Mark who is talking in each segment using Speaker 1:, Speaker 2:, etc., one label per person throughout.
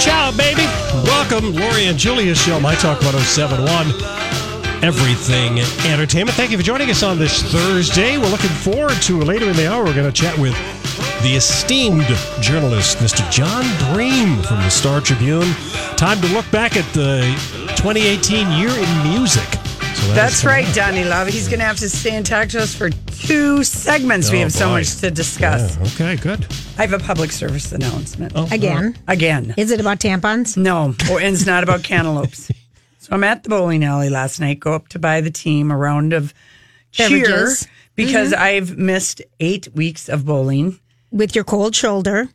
Speaker 1: Ciao, baby. Welcome, Lori and Julia Show, My Talk 1071. Everything Entertainment. Thank you for joining us on this Thursday. We're looking forward to later in the hour. We're going to chat with the esteemed journalist, Mr. John Bream from the Star Tribune. Time to look back at the 2018 year in music. So that is
Speaker 2: That's
Speaker 1: coming
Speaker 2: right,
Speaker 1: up.
Speaker 2: Donnie Love. He's going to have to stay and talk to us for two segments. we
Speaker 1: Oh,
Speaker 2: have so
Speaker 1: boy.
Speaker 2: much to discuss.
Speaker 1: Yeah, okay, good.
Speaker 2: I have a public service announcement
Speaker 1: Oh,
Speaker 3: Mm-hmm. Again.
Speaker 2: again.
Speaker 3: Is it about tampons?
Speaker 2: No, oh, and it's not about cantaloupes. So I'm at the bowling alley last night. Go up to buy the team a round of cheer
Speaker 3: Beverages. Mm-hmm.
Speaker 2: because I've missed eight weeks of bowling
Speaker 3: With your cold shoulder.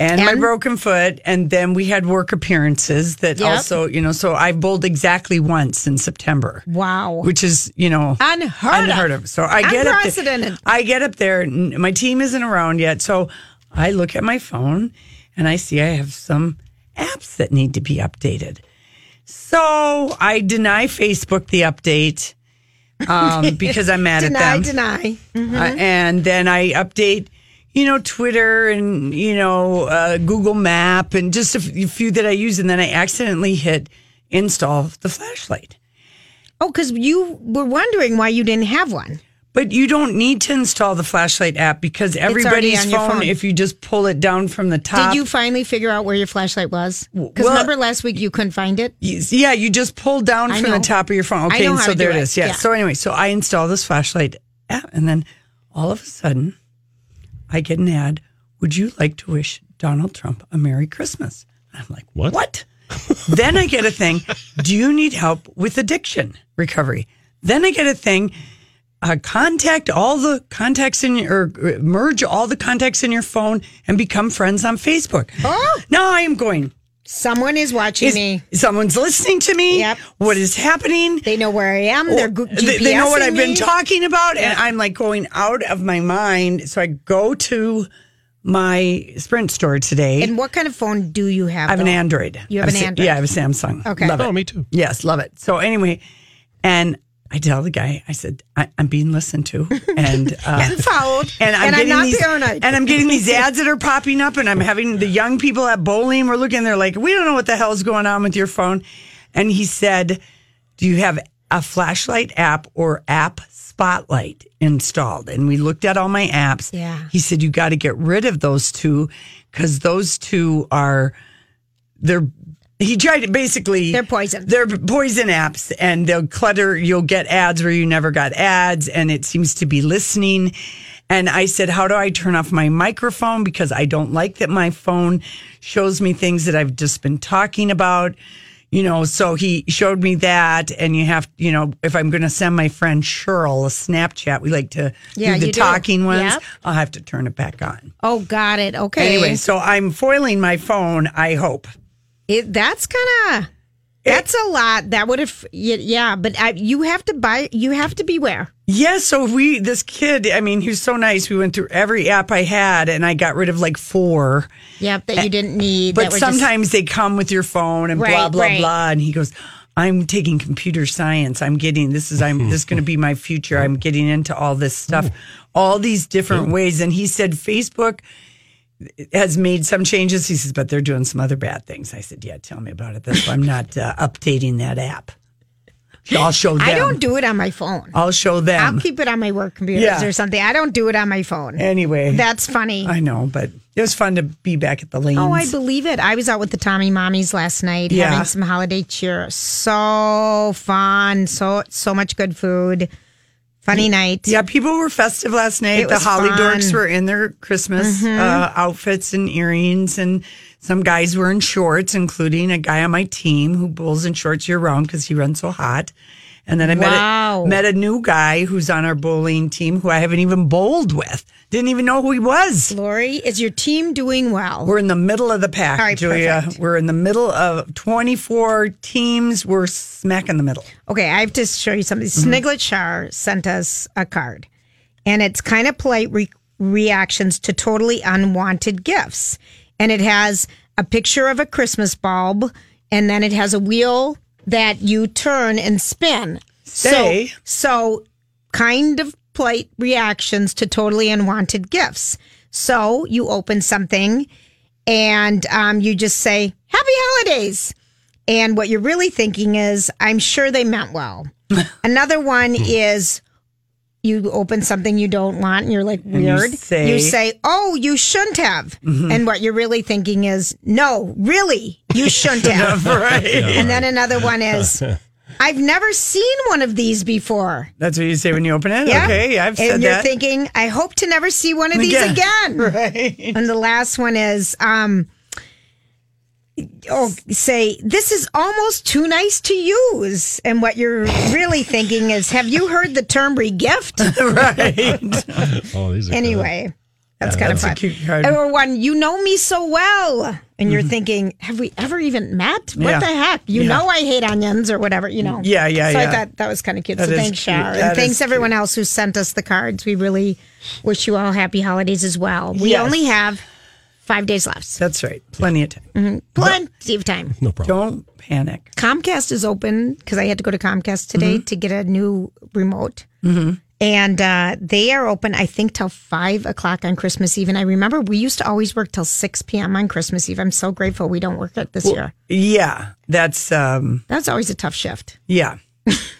Speaker 2: and, my
Speaker 3: And?
Speaker 2: broken foot, and then we had work appearances that
Speaker 3: Yep.
Speaker 2: also, you know. So I bowled exactly once in September,
Speaker 3: Wow.
Speaker 2: which is, you know,
Speaker 3: Unheard of.
Speaker 2: unheard of. So I get up
Speaker 3: Unprecedented.
Speaker 2: There, I get up there. n- My team isn't around yet, so I look at my phone and I see I have some apps that need to be updated. So I deny Facebook the update um, because I'm mad at
Speaker 3: Deny, Mm-hmm.
Speaker 2: them,
Speaker 3: deny.
Speaker 2: Uh, and then I update. You know, Twitter and, you know, uh, Google Map and just a f- few that I use. And then I accidentally hit install the flashlight.
Speaker 3: Oh, because you were wondering why you didn't have one.
Speaker 2: But you don't need to install the flashlight app because
Speaker 3: already
Speaker 2: everybody's phone,
Speaker 3: on your phone.
Speaker 2: if you just pull it down from the top.
Speaker 3: Did you finally figure out where your flashlight was? Because
Speaker 2: Well-
Speaker 3: remember last week you couldn't find it?
Speaker 2: Yeah, you just pull down
Speaker 3: I
Speaker 2: from the
Speaker 3: know.
Speaker 2: top of your phone.
Speaker 3: I
Speaker 2: Okay,
Speaker 3: know
Speaker 2: and
Speaker 3: how
Speaker 2: so
Speaker 3: to
Speaker 2: there
Speaker 3: do
Speaker 2: it
Speaker 3: it.
Speaker 2: is. Yeah.
Speaker 3: Yeah.
Speaker 2: So anyway, so I install this flashlight app, and then all of a sudden, I get an ad. Would you like to wish Donald Trump a Merry Christmas? I'm like,
Speaker 1: What?
Speaker 2: What? then I get a thing. Do you need help with addiction recovery? Then I get a thing. Uh, contact all the contacts in your, or uh, merge all the contacts in your phone and become friends on Facebook.
Speaker 3: Oh.
Speaker 2: Now I am going.
Speaker 3: Someone is watching
Speaker 2: Is-
Speaker 3: me.
Speaker 2: Someone's listening to me.
Speaker 3: Yep.
Speaker 2: What is happening?
Speaker 3: They know where I am. They're go-
Speaker 2: Oh, They, they know what
Speaker 3: GPSing
Speaker 2: I've been
Speaker 3: me.
Speaker 2: talking about, and I'm like going out of my mind. So I go to my Sprint store today.
Speaker 3: And what kind of phone do you have?
Speaker 2: I have an
Speaker 3: though?
Speaker 2: Android.
Speaker 3: You have
Speaker 2: I've
Speaker 3: an
Speaker 2: sa-
Speaker 3: Android.
Speaker 2: Yeah, I have a Samsung.
Speaker 3: Okay.
Speaker 2: Love it.
Speaker 1: Oh, me too.
Speaker 2: Yes, love it. So anyway, and I tell the guy, I said, I, I'm being listened to, and uh,
Speaker 3: And followed.
Speaker 2: and I'm
Speaker 3: And I'm
Speaker 2: getting
Speaker 3: not
Speaker 2: these,
Speaker 3: paranoid.
Speaker 2: and I'm getting these ads that are popping up, and I'm having the young people at bowling. We're looking, they're like, we don't know what the hell's going on with your phone, and he said, Do you have a flashlight app or app spotlight installed? And we looked at all my apps.
Speaker 3: Yeah.
Speaker 2: he said you got to get rid of those two because those two are they're. He tried to basically
Speaker 3: They're poison.
Speaker 2: they're poison apps and they'll clutter. You'll get ads where you never got ads and it seems to be listening. And I said, how do I turn off my microphone? Because I don't like that my phone shows me things that I've just been talking about. You know, so he showed me that and you have, you know, if I'm going to send my friend Cheryl a Snapchat, we like to
Speaker 3: Yeah,
Speaker 2: do the
Speaker 3: you do.
Speaker 2: talking ones.
Speaker 3: Yep.
Speaker 2: I'll have to turn it back on.
Speaker 3: Oh, got it. Okay.
Speaker 2: Anyway, so I'm foiling my phone, I hope.
Speaker 3: It, that's kind of. That's a lot. That would have, yeah. But I, you have to buy. You have to beware.
Speaker 2: Yeah, so we this kid, I mean, he was so nice. We went through every app I had and I got rid of like four.
Speaker 3: Yep, that you didn't need.
Speaker 2: But
Speaker 3: that were just-
Speaker 2: sometimes they come with your phone and blah
Speaker 3: Right,
Speaker 2: blah
Speaker 3: right.
Speaker 2: blah and he goes, "I'm taking computer science. I'm getting this is I'm this is going to be my future. I'm getting into all this stuff. All these different ways." And he said Facebook has made some changes. He says, "But they're doing some other bad things." I said, "Yeah, tell me about it. That's why I'm not uh, updating that app." I'll show them.
Speaker 3: I don't do it on my phone.
Speaker 2: I'll show them.
Speaker 3: I'll keep it on my work computers
Speaker 2: Um, Yeah.
Speaker 3: or something. I don't do it on my phone.
Speaker 2: anyway.
Speaker 3: That's funny.
Speaker 2: I know, but it was fun to be back at the lanes.
Speaker 3: Oh, I believe it. I was out with the Tommy Mommies last night
Speaker 2: Yeah.
Speaker 3: having some holiday cheer. So fun. So so much good food. Funny night.
Speaker 2: yeah, people were festive last night.
Speaker 3: It
Speaker 2: The
Speaker 3: was
Speaker 2: Holly
Speaker 3: fun. Mm-hmm.
Speaker 2: Dorks were in their Christmas uh, outfits and earrings, and some guys were in shorts, including a guy on my team who bowls in shorts year round because he runs so hot. And then I met
Speaker 3: Wow.
Speaker 2: a, met a new guy who's on our bowling team who I haven't even bowled with. Didn't even know who he was.
Speaker 3: Lori, is your team doing well?
Speaker 2: We're in the middle of the pack,
Speaker 3: All right,
Speaker 2: Julia.
Speaker 3: perfect.
Speaker 2: We're in the middle of 24 teams. We're smack in the middle.
Speaker 3: Okay, I have to show you something. Sniglet Char sent us a card, and it's kind of polite re- reactions to totally unwanted gifts. And it has a picture of a Christmas bulb, and then it has a wheel that you turn and spin.
Speaker 2: Say.
Speaker 3: So, so kind of polite reactions to totally unwanted gifts. So you open something, and um, you just say "Happy Holidays." And what you're really thinking is, I'm sure they meant well. Another one
Speaker 2: Hmm.
Speaker 3: is you open something you don't want and you're like,
Speaker 2: you
Speaker 3: weird. You say,
Speaker 2: say- Mm-hmm.
Speaker 3: oh, you shouldn't have. And what you're really thinking is, no, really, you shouldn't have.
Speaker 2: Right.
Speaker 3: And then another one is, I've never seen one of these before.
Speaker 2: That's what you say when you open it?
Speaker 3: Yeah.
Speaker 2: Okay, I've said
Speaker 3: and you're
Speaker 2: that.
Speaker 3: thinking, I hope to never see one of these
Speaker 2: Again.
Speaker 3: again.
Speaker 2: Right.
Speaker 3: And the last one is, um, oh, say this is almost too nice to use. And what you're really thinking is, have you heard the term regift?
Speaker 2: right.
Speaker 1: Oh, these are
Speaker 3: Anyway, that's kind of fun.
Speaker 2: Cute card.
Speaker 3: Or one, you know me so well, and you're thinking, have we ever even met? What
Speaker 2: Yeah.
Speaker 3: the heck? You know I hate onions or whatever. You know.
Speaker 2: Yeah, yeah,
Speaker 3: So I
Speaker 2: yeah.
Speaker 3: thought that was kind of cute.
Speaker 2: That
Speaker 3: so
Speaker 2: is
Speaker 3: thanks,
Speaker 2: cute.
Speaker 3: Shar,
Speaker 2: That
Speaker 3: and
Speaker 2: is
Speaker 3: thanks everyone else who sent us the cards. We really wish you all happy holidays as well. We
Speaker 2: Yes.
Speaker 3: only have five days left.
Speaker 2: That's right. Plenty of time.
Speaker 3: Mm-hmm. plenty of time.
Speaker 1: good. No problem.
Speaker 2: Don't panic.
Speaker 3: Comcast is open because I had to go to Comcast today
Speaker 2: Mm-hmm.
Speaker 3: to get a new remote. And uh, they are open, I think, till five o'clock on Christmas Eve. And I remember we used to always work till 6 p.m. on Christmas Eve. I'm so grateful we don't work it this year.
Speaker 2: Yeah, that's um
Speaker 3: That's always a tough shift.
Speaker 2: yeah.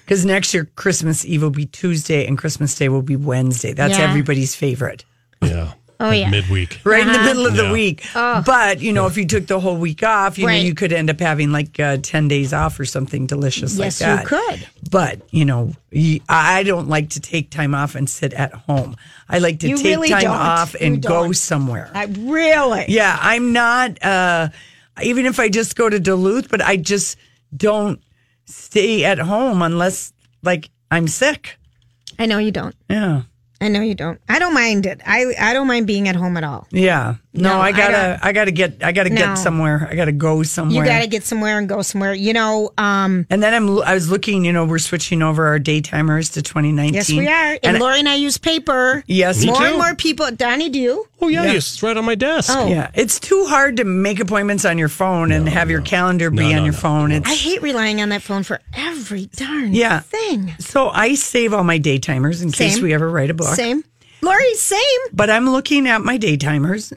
Speaker 2: Cuz next year Christmas Eve will be Tuesday and Christmas Day will be Wednesday. That's
Speaker 3: Yeah.
Speaker 2: everybody's favorite.
Speaker 1: Yeah.
Speaker 3: Oh,
Speaker 1: Like
Speaker 3: yeah.
Speaker 1: Midweek.
Speaker 2: Right
Speaker 3: Uh-huh.
Speaker 2: in the middle of the
Speaker 1: Yeah.
Speaker 2: week. But, you know, if you took the whole week off, you
Speaker 3: Oh. Right.
Speaker 2: know, you could end up having like uh, 10 days off or something delicious
Speaker 3: yes,
Speaker 2: like that.
Speaker 3: you could.
Speaker 2: But, you know, y- I don't like to take time off and sit at home. I like to
Speaker 3: You
Speaker 2: take
Speaker 3: really
Speaker 2: time
Speaker 3: don't.
Speaker 2: off
Speaker 3: You
Speaker 2: and go
Speaker 3: don't.
Speaker 2: somewhere.
Speaker 3: I really.
Speaker 2: Yeah, I'm not. Uh, even if I just go to Duluth, but I just don't stay at home unless like I'm sick.
Speaker 3: I know you don't.
Speaker 2: Yeah,
Speaker 3: I know you don't. I don't mind it. I, I don't mind being at home at all.
Speaker 2: yeah. No,
Speaker 3: No, I
Speaker 2: I gotta. I, gotta get. I gotta
Speaker 3: No.
Speaker 2: get somewhere. I gotta go somewhere.
Speaker 3: You got to get somewhere and go somewhere. You know, um,
Speaker 2: and then I'm. l- I was looking. You know, we're switching over our daytimers to 2019.
Speaker 3: yes, we are. And,
Speaker 2: And
Speaker 3: Lori and I use paper.
Speaker 2: Yes, me
Speaker 3: more and
Speaker 1: too.
Speaker 3: more people. Donnie, do you?
Speaker 1: Oh, yeah. Yes. It's right on my desk.
Speaker 3: Oh.
Speaker 2: yeah, it's too hard to make appointments on your phone and have your calendar be
Speaker 1: No,
Speaker 2: on
Speaker 1: no,
Speaker 2: your
Speaker 1: no,
Speaker 2: phone. It's
Speaker 3: I hate relying on that phone for every darn
Speaker 2: Yeah.
Speaker 3: thing.
Speaker 2: so I save all my daytimers in case
Speaker 3: Same.
Speaker 2: we ever write a book.
Speaker 3: Same. Lori, same.
Speaker 2: But I'm looking at my daytimers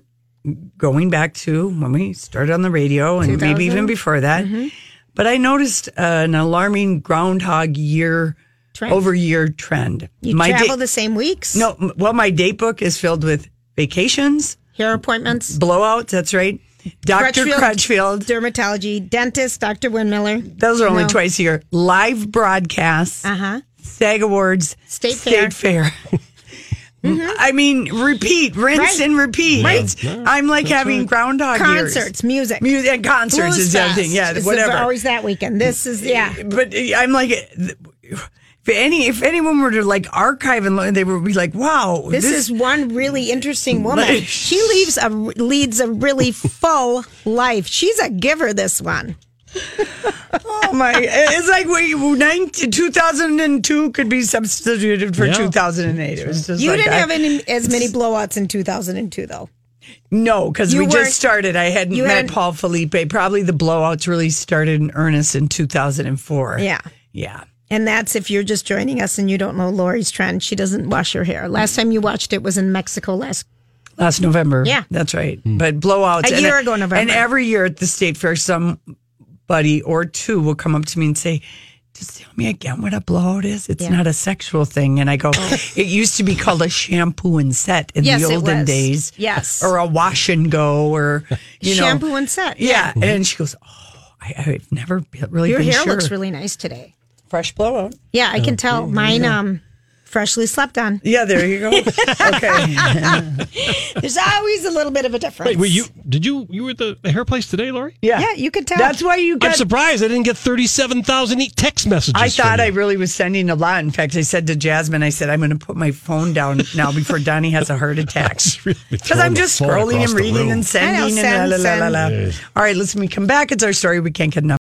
Speaker 2: going back to when we started on the radio and maybe
Speaker 3: 2000?
Speaker 2: even before that.
Speaker 3: Mm-hmm.
Speaker 2: But I noticed uh, an alarming groundhog year
Speaker 3: Trend.
Speaker 2: over year trend.
Speaker 3: You
Speaker 2: my
Speaker 3: travel
Speaker 2: day-
Speaker 3: the same weeks.
Speaker 2: no, m- well, my date book is filled with vacations,
Speaker 3: Hair appointments,
Speaker 2: blowouts. That's right. Dr.
Speaker 3: Crutchfield.
Speaker 2: Crutchfield.
Speaker 3: dermatology, dentist, Dr. Windmiller.
Speaker 2: Those are only
Speaker 3: No.
Speaker 2: twice a year. Live broadcasts,
Speaker 3: Uh huh.
Speaker 2: SAG Awards,
Speaker 3: State Fair. Mm-hmm.
Speaker 2: State Fair. I mean, repeat, rinse
Speaker 3: Right.
Speaker 2: and repeat. It's-
Speaker 1: Yeah.
Speaker 2: I'm like having groundhog years.
Speaker 3: Concerts, music.
Speaker 2: music and concerts
Speaker 3: Blues
Speaker 2: is the other thing.
Speaker 3: Fest
Speaker 2: Yeah,
Speaker 3: is the-
Speaker 2: whatever.
Speaker 3: Always that weekend. This is, yeah.
Speaker 2: but uh, I'm like, th- if any if anyone were to like archive and lo- they would be like, wow,
Speaker 3: This, is one really interesting woman.
Speaker 2: Like-
Speaker 3: she leaves a leads a really full life. She's a giver. This one.
Speaker 2: oh my, it's like we 19, 2002 could be substituted for
Speaker 1: Yeah.
Speaker 2: 2008. It was just
Speaker 3: You
Speaker 2: like
Speaker 3: didn't
Speaker 2: I-
Speaker 3: have any, as many blowouts in 2002, though.
Speaker 2: no because
Speaker 3: you
Speaker 2: we
Speaker 3: weren't-
Speaker 2: just started. I hadn't
Speaker 3: you
Speaker 2: met
Speaker 3: hadn't-
Speaker 2: Paul Felipe. Probably the blowouts really started in earnest in 2004.
Speaker 3: Yeah.
Speaker 2: yeah.
Speaker 3: And that's if you're just joining us and you don't know Lori's trend. She doesn't wash her hair. Last time you watched it was in Mexico last.
Speaker 2: Last November.
Speaker 3: Yeah.
Speaker 2: That's right. But blowouts.
Speaker 3: A
Speaker 2: and-
Speaker 3: year ago November.
Speaker 2: And every year at the state fair, somebody or two will come up to me and say, just tell me again what a blowout is. It's
Speaker 3: Yeah. Oh.
Speaker 2: not a sexual thing. And I go, it used to be called a shampoo and set in
Speaker 3: Yes,
Speaker 2: the
Speaker 3: it
Speaker 2: olden
Speaker 3: was.
Speaker 2: days.
Speaker 3: Yes.
Speaker 2: Or a wash and go or, you know.
Speaker 3: Shampoo and set.
Speaker 2: Yeah. And she goes, oh, I, I've never be- really
Speaker 3: Your
Speaker 2: been
Speaker 3: hair
Speaker 2: sure.
Speaker 3: looks really nice today.
Speaker 2: Fresh blowout.
Speaker 3: Yeah, I can tell. Mine, um, freshly slept on.
Speaker 2: Yeah, there you go. okay.
Speaker 3: There's always a little bit of a difference.
Speaker 1: Wait, were you? Did you? You were at the hair place today, Lori?
Speaker 2: Yeah.
Speaker 3: Yeah, you could tell.
Speaker 2: That's why you
Speaker 1: I'm
Speaker 2: got.
Speaker 1: surprised I didn't get thirty-seven thousand e-, text messages.
Speaker 2: I thought I
Speaker 1: from you.
Speaker 2: really was sending a lot. In fact, I said to Jasmine, I said, I'm going to put my phone down now before Donnie has a heart attack.
Speaker 1: really
Speaker 2: Because
Speaker 1: throwing
Speaker 2: I'm
Speaker 1: the
Speaker 2: just
Speaker 1: phone
Speaker 2: scrolling
Speaker 1: across
Speaker 2: and
Speaker 1: the
Speaker 2: reading
Speaker 1: room.
Speaker 2: and sending
Speaker 3: send,
Speaker 2: and la, la, la, la, la.
Speaker 1: send.
Speaker 2: All right, listen, we come back. It's our story. We can't get enough.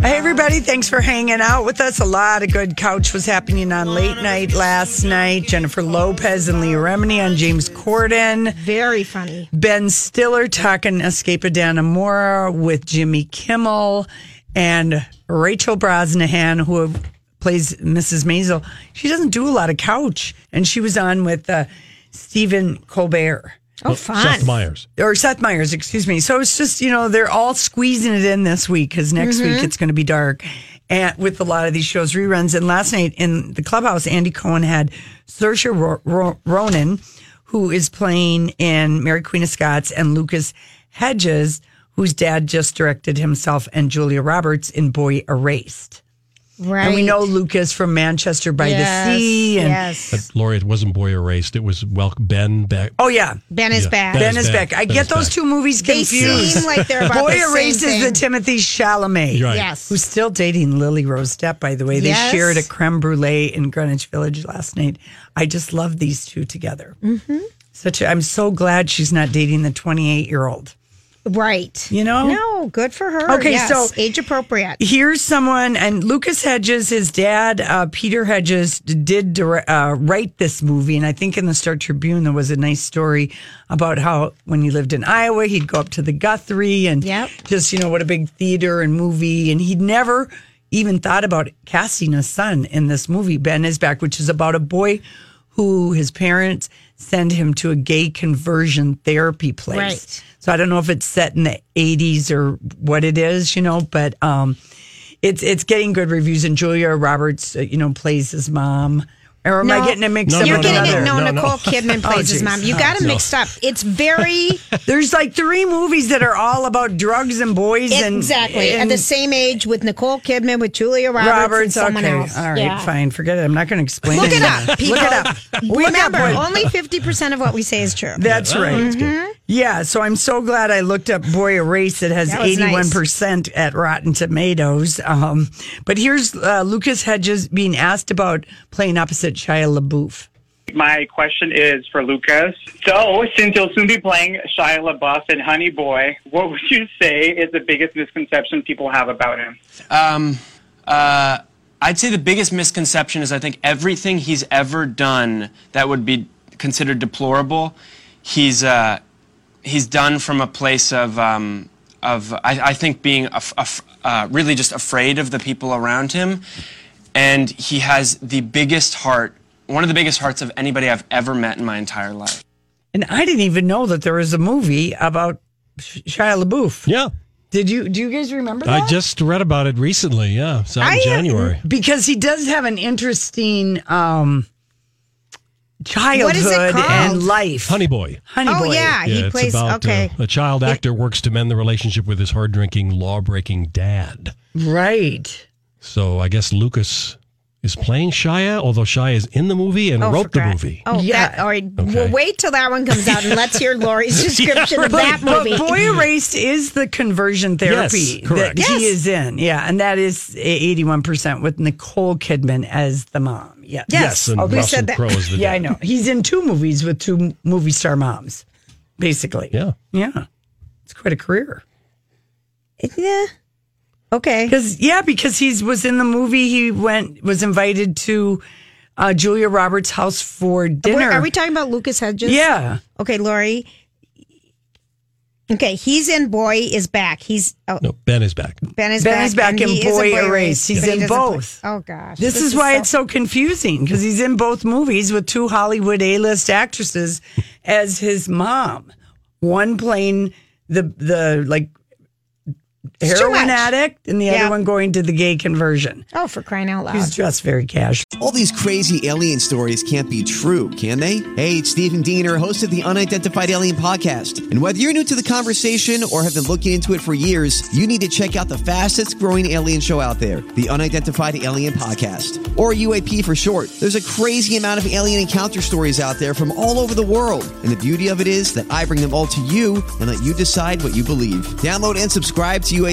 Speaker 2: Hey, everybody. Thanks for hanging out with us. A lot of good couch was happening on late night last night. Jennifer Lopez and Leah Remini on James Corden.
Speaker 3: Very funny.
Speaker 2: Ben Stiller talking Escapadanamora with Jimmy Kimmel and Rachel Brosnahan, who plays Mrs. Maisel. She doesn't do a lot of couch, and she was on with uh, Stephen Colbert
Speaker 3: Oh, fun.
Speaker 1: Seth Meyers.
Speaker 2: or Seth Meyers, excuse me. So it's just you know they're all squeezing it in this week because next
Speaker 3: Mm-hmm.
Speaker 2: week it's going to be dark, and with a lot of these shows reruns. And last night in the clubhouse, Andy Cohen had Saoirse Ro- Ro- Ronan, who is playing in Mary Queen of Scots, and Lucas Hedges, whose dad just directed himself, and Julia Roberts in Boy Erased.
Speaker 3: Right.
Speaker 2: And we know Lucas from Manchester by
Speaker 3: yes,
Speaker 2: the Sea, and
Speaker 3: yes.
Speaker 1: But Lori, it wasn't Boy Erased. It was well, Ben back.
Speaker 2: oh yeah.
Speaker 3: Ben is
Speaker 1: Yeah.
Speaker 3: back.
Speaker 1: Ben
Speaker 2: Ben is back. I
Speaker 1: Ben
Speaker 2: get
Speaker 1: is
Speaker 2: those
Speaker 1: back.
Speaker 2: two movies
Speaker 3: they
Speaker 2: confused.
Speaker 3: seem like they're about
Speaker 2: Boy
Speaker 3: the same
Speaker 2: erases
Speaker 3: thing.
Speaker 2: the Timothy Chalamet,
Speaker 1: You're right.
Speaker 3: Yes.
Speaker 2: who's still dating Lily Rose Depp. By the way, they
Speaker 3: Yes.
Speaker 2: shared a creme brulee in Greenwich Village last night. I just love these two together. Mm-hmm. Such, a, I'm so glad she's not dating the 28 year old.
Speaker 3: right.
Speaker 2: You know?
Speaker 3: No, good for her.
Speaker 2: Okay,
Speaker 3: Yes,
Speaker 2: so-
Speaker 3: age appropriate.
Speaker 2: Here's someone, and Lucas Hedges, his dad, uh, Peter Hedges, d- did dire- uh, write this movie. And I think in the Star Tribune, there was a nice story about how when he lived in Iowa, he'd go up to the Guthrie and
Speaker 3: Yep.
Speaker 2: just, you know, what a big theater and movie. And he'd never even thought about casting a son in this movie, Ben is Back, which is about a boy who his parents send him to a gay conversion therapy place.
Speaker 3: Right.
Speaker 2: So I don't know if it's set in the 80s or what it is, you know, but um, it's it's getting good reviews. And Julia Roberts, uh, you know, plays his mom. Or am I
Speaker 3: No.
Speaker 2: getting it mixed
Speaker 1: No,
Speaker 2: up?
Speaker 3: You're
Speaker 2: with
Speaker 1: no,
Speaker 3: getting
Speaker 2: another? Oh,
Speaker 3: it. No,
Speaker 1: No, no.
Speaker 3: Nicole Kidman plays his
Speaker 2: geez.
Speaker 3: mom. You got it mixed up. It's very
Speaker 2: There's like three movies that are all about drugs and boys and
Speaker 3: exactly at the same age with Nicole Kidman, with Julia Roberts, and
Speaker 2: Roberts.
Speaker 3: someone
Speaker 2: okay,
Speaker 3: else.
Speaker 2: all right,
Speaker 3: Yeah.
Speaker 2: fine. Forget it. I'm not going to explain.
Speaker 3: Look it
Speaker 2: anymore.
Speaker 3: up, people.
Speaker 2: Look it up. Look up
Speaker 3: Remember,
Speaker 2: what-
Speaker 3: only fifty percent of what we say is true.
Speaker 2: That's
Speaker 1: Oh,
Speaker 2: right.
Speaker 1: that's good.
Speaker 2: Yeah, so I'm so glad I looked up Boy Erased. It has
Speaker 3: That was
Speaker 2: 81% at Rotten Tomatoes. Um, but here's uh, Lucas Hedges being asked about playing opposite Shia LaBeouf.
Speaker 4: My question is for Lucas. So, since you'll soon be playing Shia LaBeouf in Honey Boy, what would you say is the biggest misconception people have about him?
Speaker 5: Um, uh, I'd say the biggest misconception is I think everything he's ever done that would be considered deplorable, he's uh, he's done from a place of um, of I, I think being af- af- uh, really just afraid of the people around him, and he has the biggest heart, one of the biggest hearts of anybody I've ever met in my entire life.
Speaker 2: And I didn't even know that there was a movie about Sh- Shia LaBeouf.
Speaker 1: Yeah,
Speaker 2: Did you do you guys remember that?
Speaker 1: I just read about it recently. Yeah, it's out in
Speaker 3: I am-
Speaker 1: January.
Speaker 2: because he does have an interesting um childhood
Speaker 3: called?
Speaker 2: and life.
Speaker 1: Honey Boy.
Speaker 2: Honey
Speaker 3: Oh
Speaker 2: Boy.
Speaker 3: yeah, he
Speaker 1: it's
Speaker 3: plays.
Speaker 1: about, uh,
Speaker 3: okay,
Speaker 1: a child actor works to mend the relationship with his hard drinking, law breaking dad.
Speaker 2: Right.
Speaker 1: So I guess Lucas is playing Shia, although Shia is in the movie and
Speaker 3: Oh,
Speaker 1: wrote the
Speaker 3: forgot.
Speaker 1: movie.
Speaker 3: Oh,
Speaker 2: Yeah.
Speaker 3: That, all right. We'll wait till that one comes out and let's hear Lori's description of that
Speaker 2: But
Speaker 3: movie.
Speaker 2: Boy Erased is the conversion therapy
Speaker 1: Yes, correct.
Speaker 2: that he
Speaker 3: Yes.
Speaker 2: is in. Yeah, and that is 81% with Nicole Kidman as the mom. Yeah.
Speaker 1: Yes, and
Speaker 3: Oh, we
Speaker 1: Russell
Speaker 3: said that.
Speaker 1: Crowe is the
Speaker 2: Yeah, I
Speaker 1: dad.
Speaker 2: know. He's in two movies with two m- movie star moms, basically.
Speaker 1: Yeah.
Speaker 2: Yeah. It's quite a career.
Speaker 3: Yeah. Okay.
Speaker 2: Because yeah, because he was in the movie. He went was invited to uh, Julia Roberts' house for dinner.
Speaker 3: Are we talking about Lucas Hedges?
Speaker 2: yeah,
Speaker 3: Okay, Lori. Okay, he's in Boy is back. He's oh,
Speaker 1: No, Ben is back.
Speaker 3: Ben is
Speaker 2: Ben
Speaker 3: back.
Speaker 2: is back
Speaker 3: and
Speaker 2: in
Speaker 3: he is
Speaker 2: Boy Erased. He's
Speaker 3: but he
Speaker 2: in
Speaker 3: doesn't play-
Speaker 2: both.
Speaker 3: Oh gosh,
Speaker 2: this, is, why
Speaker 3: so-
Speaker 2: it's so confusing because he's in both movies with two Hollywood A-list actresses as his mom. One playing the the like
Speaker 3: It's too
Speaker 2: heroin
Speaker 3: much.
Speaker 2: addict and the
Speaker 3: Yeah.
Speaker 2: other one going to the gay conversion.
Speaker 3: Oh, for crying out loud.
Speaker 2: He's dressed very casual.
Speaker 6: All these crazy alien stories can't be true, can they? Hey, it's Stephen Diener, host of the Unidentified Alien Podcast. And whether you're new to the conversation or have been looking into it for years, you need to check out the fastest growing alien show out there, the Unidentified Alien Podcast, or UAP for short. There's a crazy amount of alien encounter stories out there from all over the world. And the beauty of it is that I bring them all to you and let you decide what you believe. Download and subscribe to UAP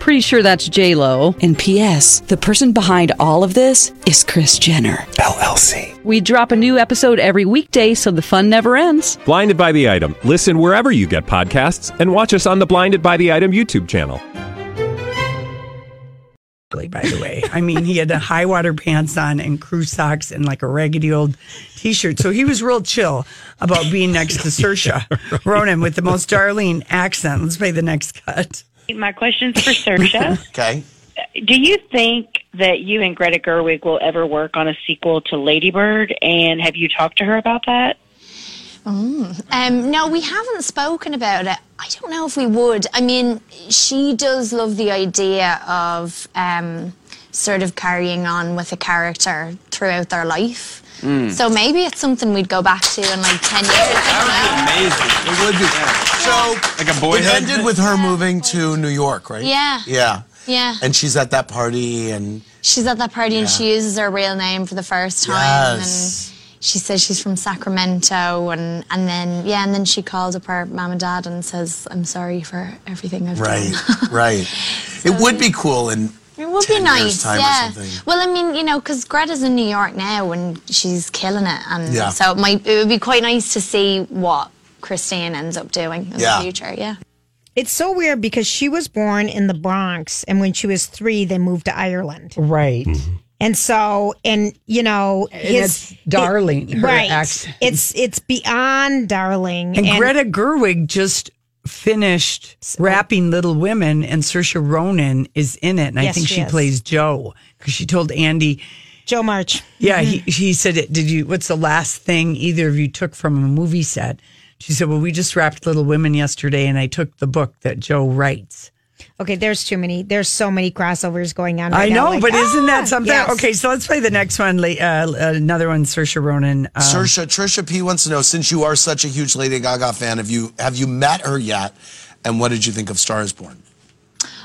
Speaker 7: Pretty sure that's J Lo.
Speaker 8: And P.S. The person behind all of this is Chris Jenner.
Speaker 1: LLC.
Speaker 7: We drop a new episode every weekday, so the fun never ends.
Speaker 1: Blinded by the item. Listen wherever you get podcasts, and watch us on the Blinded by the Item YouTube channel.
Speaker 2: By the way, I mean he had the high water pants on and crew socks and like a raggedy old t-shirt. So he was real chill about being next to Sersha Ronan with the most darling accent. Let's play the next cut.
Speaker 9: My question's for Sersha.
Speaker 6: Okay.
Speaker 9: Do you think that you and Greta Gerwig will ever work on a sequel to Ladybird? And have you talked to her about that?
Speaker 10: Um, no, we haven't spoken about it. I don't know if we would. I mean, she does love the idea of um, sort of carrying on with a character throughout their life. So maybe it's something we'd go back to in like 10 years.
Speaker 11: Amazing.
Speaker 5: It would be. So
Speaker 11: Like a boyhood.
Speaker 5: it ended with her moving to New York, right?
Speaker 10: Yeah.
Speaker 5: Yeah.
Speaker 10: Yeah.
Speaker 5: And she's at that party, and
Speaker 10: She's at that party and she uses her real name for the first time.
Speaker 5: Yes.
Speaker 10: And she says she's from Sacramento. And, and then, yeah, and then she calls up her mom and dad and says, I'm sorry for everything I've
Speaker 5: right,
Speaker 10: done.
Speaker 5: right. It would be cool, and
Speaker 10: It would be
Speaker 5: 10 years'
Speaker 10: nice,
Speaker 5: time or
Speaker 10: yeah.
Speaker 5: something.
Speaker 10: Well, I mean, you know, because Greta's in New York now and she's killing it, and
Speaker 5: Yeah.
Speaker 10: so it might it would be quite nice to see what Christine ends up doing in
Speaker 5: Yeah.
Speaker 10: the future. Yeah.
Speaker 3: It's so weird because she was born in the Bronx, and when she was three, they moved to Ireland.
Speaker 2: Right.
Speaker 3: And so, and you know, his
Speaker 2: it's darling, her
Speaker 3: right?
Speaker 2: accent.
Speaker 3: It's it's beyond darling.
Speaker 2: And, Greta Gerwig just finished rapping Little Women, and Saoirse Ronan is in it, and I
Speaker 3: Yes,
Speaker 2: think
Speaker 3: she
Speaker 2: she,
Speaker 3: is.
Speaker 2: plays Joe because she told Andy.
Speaker 3: Joe March.
Speaker 2: Yeah, he, he said, it, "Did you? What's the last thing either of you took from a movie set?" She said, "Well, we just wrapped Little Women yesterday, and I took the book that Joe writes."
Speaker 3: Okay, there's too many. There's so many crossovers going on.
Speaker 2: I
Speaker 3: Right
Speaker 2: know,
Speaker 3: now, like,
Speaker 2: but isn't
Speaker 3: ah,
Speaker 2: that something?
Speaker 3: yes.
Speaker 2: Okay, so let's play the next one. la- Uh, another one, Saoirse Ronan. Um,
Speaker 5: Trisha, Trisha P wants to know since you are such a huge Lady Gaga fan, have you have you met her yet? And what did you think of Stars Born?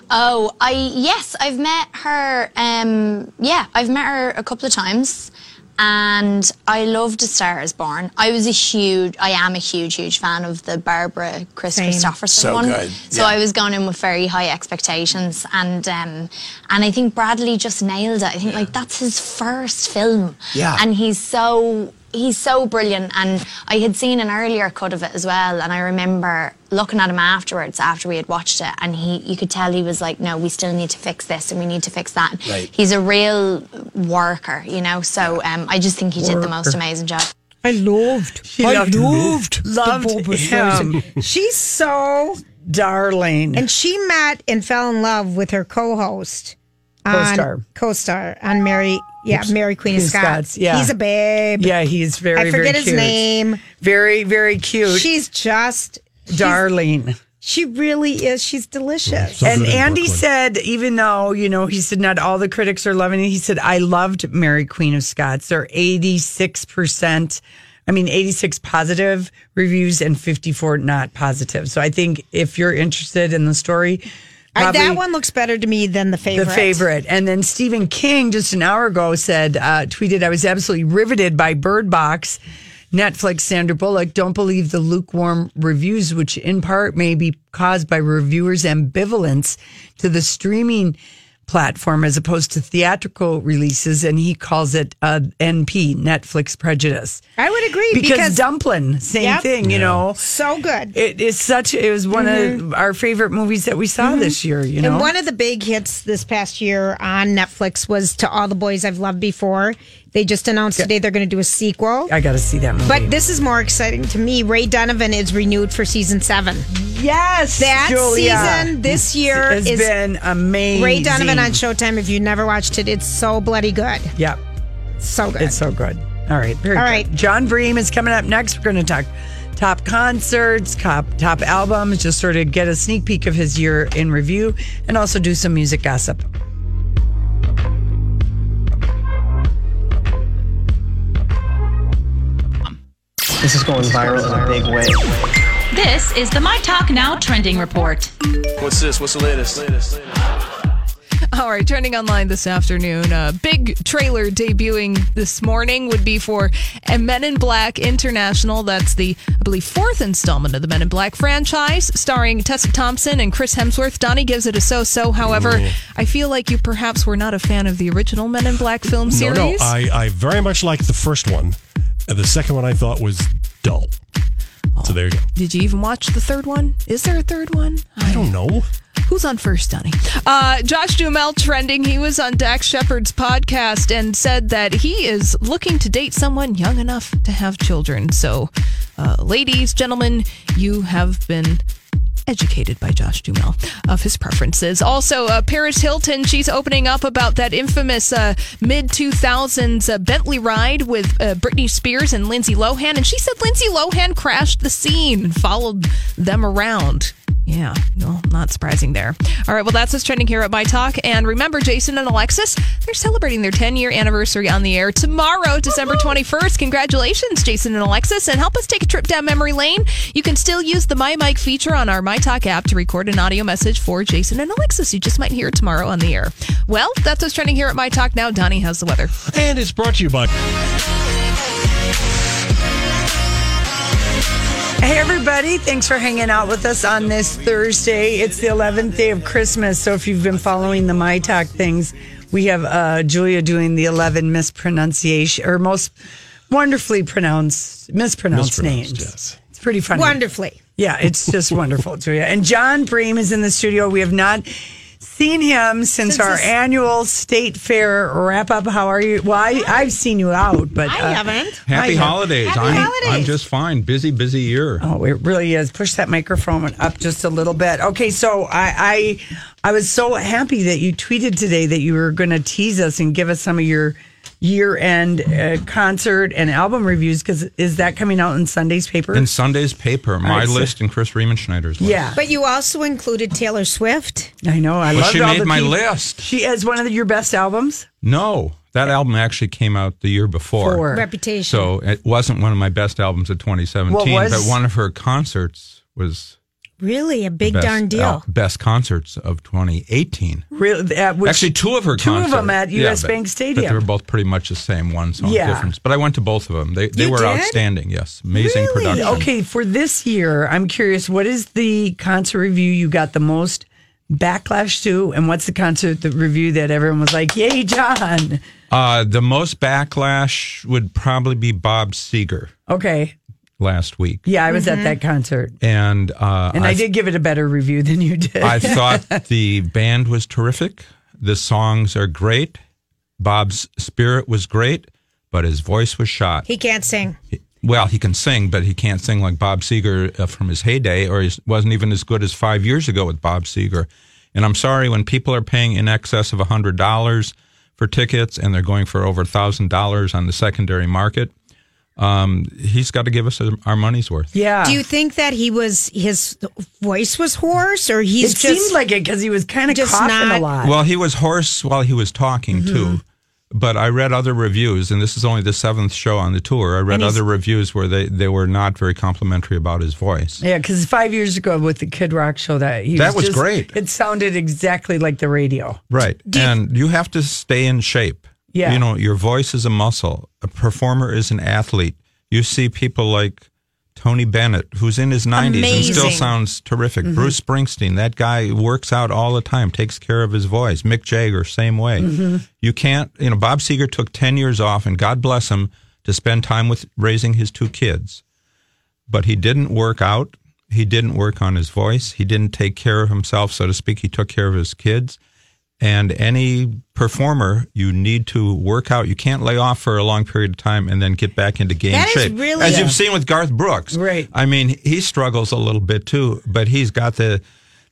Speaker 10: Oh, I yes, I've met her. Um, yeah, I've met her a couple of times, and I loved A Star Is Born. I was a huge, I am a huge, huge fan of the Barbara Chris
Speaker 3: Same.
Speaker 10: Christopherson
Speaker 5: So
Speaker 10: one.
Speaker 5: good,
Speaker 10: So
Speaker 5: yeah.
Speaker 10: I was going in with very high expectations, and um, and I think Bradley just nailed it. I think like that's his first film,
Speaker 5: Yeah.
Speaker 10: and he's so. He's so brilliant, and I had seen an earlier cut of it as well, and I remember looking at him afterwards after we had watched it, and he, you could tell he was like, "No, we still need to fix this, and we need to fix that."
Speaker 5: Right.
Speaker 10: He's a real worker, you know. So um, I just think he did the most
Speaker 2: Worker.
Speaker 10: amazing job.
Speaker 3: I loved.
Speaker 2: She
Speaker 3: I
Speaker 2: loved-
Speaker 3: loved. the
Speaker 2: loved
Speaker 3: Barbra
Speaker 2: him.
Speaker 3: Streisand. She's so
Speaker 2: darling.
Speaker 3: and she met and fell in love with her co-host, on-
Speaker 2: Co-star.
Speaker 3: co-star on Mary, yeah, Mary Queen of
Speaker 2: Queen of
Speaker 3: Scots.
Speaker 2: Scots, yeah.
Speaker 3: he's a babe.
Speaker 2: yeah, he's very. very
Speaker 3: I forget his
Speaker 2: cute.
Speaker 3: name.
Speaker 2: Very, very cute,
Speaker 3: She's just
Speaker 2: darling.
Speaker 3: She really is. She's delicious.
Speaker 12: So
Speaker 2: and
Speaker 12: good in
Speaker 2: Andy
Speaker 12: Brooklyn.
Speaker 2: said, even though, you know, he said not all the critics are loving it, he said, I loved Mary Queen of Scots. There are 86%, I mean, 86 positive reviews and 54 not positive. So I think if you're interested in the story,
Speaker 3: I-
Speaker 2: probably
Speaker 3: that one looks better to me than the
Speaker 2: the
Speaker 3: favorite.
Speaker 2: favorite. And then Stephen King just an hour ago said, uh, tweeted, I was absolutely riveted by Bird Box. Netflix, Sandra Bullock, don't believe the lukewarm reviews, which in part may be caused by reviewers' ambivalence to the streaming platform as opposed to theatrical releases. And he calls it uh, NP, Netflix prejudice.
Speaker 3: I would agree
Speaker 2: Because,
Speaker 3: because,
Speaker 2: Dumplin', same
Speaker 3: Yep.
Speaker 2: thing, you know.
Speaker 3: so good.
Speaker 2: It is such, it was one
Speaker 3: Mm-hmm.
Speaker 2: of our favorite movies that we saw this year, you know.
Speaker 3: And one of the big hits this past year on Netflix was To All the Boys I've Loved Before. They just announced today they're going to do a sequel.
Speaker 6: I got to see that movie.
Speaker 3: But this is more exciting to me. Ray Donovan is renewed for season seven.
Speaker 6: Yes,
Speaker 3: that
Speaker 6: Julia.
Speaker 3: season this year
Speaker 6: has
Speaker 3: is
Speaker 6: been amazing.
Speaker 3: Ray Donovan on Showtime. If you never watched it, it's so bloody good.
Speaker 6: Yep,
Speaker 3: So good.
Speaker 6: it's so good. All right, very
Speaker 3: All
Speaker 6: good.
Speaker 3: right.
Speaker 6: John Bream is coming up next. We're going to talk top concerts, top top albums, just sort of get a sneak peek of his year in review, and also do some music gossip.
Speaker 13: This is going viral in a big way.
Speaker 14: This is the My Talk Now trending report.
Speaker 13: What's this? What's the latest? latest,
Speaker 2: All right, trending online this afternoon. Uh, big trailer debuting this morning would be for uh, Men in Black International. That's the, I believe, fourth installment of the Men in Black franchise, starring Tessa Thompson and Chris Hemsworth. Donnie gives it a so-so. However,
Speaker 1: Mm.
Speaker 2: I feel like you perhaps were not a fan of the original Men in Black film
Speaker 1: No,
Speaker 2: series.
Speaker 1: no, I, I very much liked the first one. And the second one I thought was dull. So there you go.
Speaker 2: Did you even watch the third one? Is there a third one?
Speaker 1: I don't know.
Speaker 2: Who's on first, Donnie? Uh, Josh Dumel trending. He was on Dax Shepard's podcast and said that he is looking to date someone young enough to have children. So, uh, ladies, gentlemen, you have been educated by Josh Dumel of his preferences. Also, uh, Paris Hilton, she's opening up about that infamous uh, mid 2000s uh, Bentley ride with uh, Britney Spears and Lindsay Lohan. And she said Lindsay Lohan crashed the scene and followed them around. Yeah, no, not surprising there. All right, well, that's what's trending here at My Talk. And remember, Jason and Alexis, they're celebrating their 10 year anniversary on the air tomorrow, December 21st. Congratulations, Jason and Alexis. And help us take a trip down memory lane. You can still use the My Mic feature on our My Talk app to record an audio message for Jason and Alexis. You just might hear it tomorrow on the air. Well, that's what's trending here at My Talk now. Donnie, how's the weather?
Speaker 1: And it's brought to you by
Speaker 6: Hey, everybody. Thanks for hanging out with us on this Thursday. It's the 11th day of Christmas. So, if you've been following the My Talk things, we have uh, Julia doing the 11 mispronunciation or most wonderfully pronounced, mispronounced,
Speaker 1: Mispronounced,
Speaker 6: names. It's pretty funny.
Speaker 3: Wonderfully.
Speaker 6: Yeah, it's just wonderful, Julia. And John Bream is in the studio. We have not seen him since,
Speaker 3: Since
Speaker 6: our
Speaker 3: this-
Speaker 6: annual state fair wrap up. How are you? Well, I, I've seen you out, but uh,
Speaker 10: uh,
Speaker 3: I haven't.
Speaker 10: Happy
Speaker 6: I have-
Speaker 10: holidays. I'm, I'm just fine. Busy, busy year.
Speaker 6: Oh, it really is. Push that microphone up just a little bit. Okay, so I I, I was so happy that you tweeted today that you were going to tease us and give us some of your year end uh, concert and album reviews because is that coming out in Sunday's paper?
Speaker 10: In Sunday's paper, my
Speaker 6: right, so-
Speaker 10: list and Chris Riemann Schneider's list.
Speaker 6: yeah,
Speaker 3: But you also included Taylor Swift.
Speaker 6: I know. I
Speaker 10: Well,
Speaker 6: loved
Speaker 10: she
Speaker 6: all
Speaker 10: made
Speaker 6: the
Speaker 10: my
Speaker 6: peop-
Speaker 10: list.
Speaker 6: She has one of the- your best albums.
Speaker 10: No, that album actually came out the year before.
Speaker 6: Four.
Speaker 3: Reputation.
Speaker 10: So it wasn't one of my best albums of 2017,
Speaker 3: What was-
Speaker 10: but one of her concerts was
Speaker 3: Really, a
Speaker 10: the
Speaker 3: big
Speaker 10: best,
Speaker 3: darn deal.
Speaker 10: al- best concerts of 2018.
Speaker 6: Really, at which-
Speaker 10: actually, two of her
Speaker 6: two of
Speaker 10: concerts.
Speaker 6: them at U.S.
Speaker 10: but-
Speaker 6: Bank
Speaker 10: But
Speaker 6: Stadium.
Speaker 10: they were both pretty much the same one song
Speaker 6: Yeah.
Speaker 10: difference. But I went to both of them. They they
Speaker 6: You
Speaker 10: were
Speaker 6: did?
Speaker 10: outstanding. Yes, amazing
Speaker 6: Really?
Speaker 10: production.
Speaker 6: Okay, for this year, I'm curious what is the concert review you got the most backlash to, and what's the concert the review that everyone was like, "Yay, John!"
Speaker 10: Uh, the most backlash would probably be Bob Seger
Speaker 6: Okay,
Speaker 10: last week,
Speaker 6: yeah, I was
Speaker 10: Mhm.
Speaker 3: Mm-hmm.
Speaker 6: at that concert,
Speaker 10: and uh,
Speaker 6: and I, did give it a better review than you did.
Speaker 10: I thought the band was terrific. The songs are great. Bob's spirit was great, but his voice was shot.
Speaker 3: He can't sing.
Speaker 10: Well, he can sing, but he can't sing like Bob Seger uh, from his heyday, or he wasn't even as good as five years ago with Bob Seger. And I'm sorry when people are paying in excess of hundred dollars for tickets and they're going for over thousand dollars on the secondary market. Um, he's got to give us our money's worth.
Speaker 6: yeah.
Speaker 3: Do you think that he was his voice was hoarse, or he's
Speaker 6: it
Speaker 3: just
Speaker 6: seemed like it because he was kind of
Speaker 3: just
Speaker 6: coughing
Speaker 3: not-
Speaker 6: a lot.
Speaker 10: Well, he was hoarse while he was talking
Speaker 6: Mm-hmm.
Speaker 10: too. But I read other reviews, and this is only the seventh show on the tour. I read
Speaker 6: And he's-
Speaker 10: other reviews where they, they were not very complimentary about his voice.
Speaker 6: yeah, because five years ago with the Kid Rock show, that he
Speaker 10: That was
Speaker 6: just-
Speaker 10: great.
Speaker 6: It sounded exactly like the radio.
Speaker 10: Right. and you have to stay in shape.
Speaker 6: Yeah.
Speaker 10: You know, your voice is a muscle. A performer is an athlete. You see people like Tony Bennett, who's in his 90s and still
Speaker 15: Amazing.
Speaker 10: sounds terrific.
Speaker 6: Mm-hmm.
Speaker 15: Mhm.
Speaker 10: Bruce Springsteen, that guy works out all the time, takes care of his voice. Mick Jagger, same way.
Speaker 15: Mhm.
Speaker 10: You can't, you know, Bob Seger took 10 years off, and God bless him, to spend time with raising his two kids. But he didn't work out. He didn't work on his voice. He didn't take care of himself, so to speak. He took care of his kids
Speaker 6: And any performer, you need to work out. You can't lay off for a long period of time and then get back into game
Speaker 3: That is
Speaker 6: shape.
Speaker 3: really-
Speaker 6: As
Speaker 3: Yeah.
Speaker 6: you've seen with Garth Brooks. Right. I mean, he struggles a little bit too, but he's got the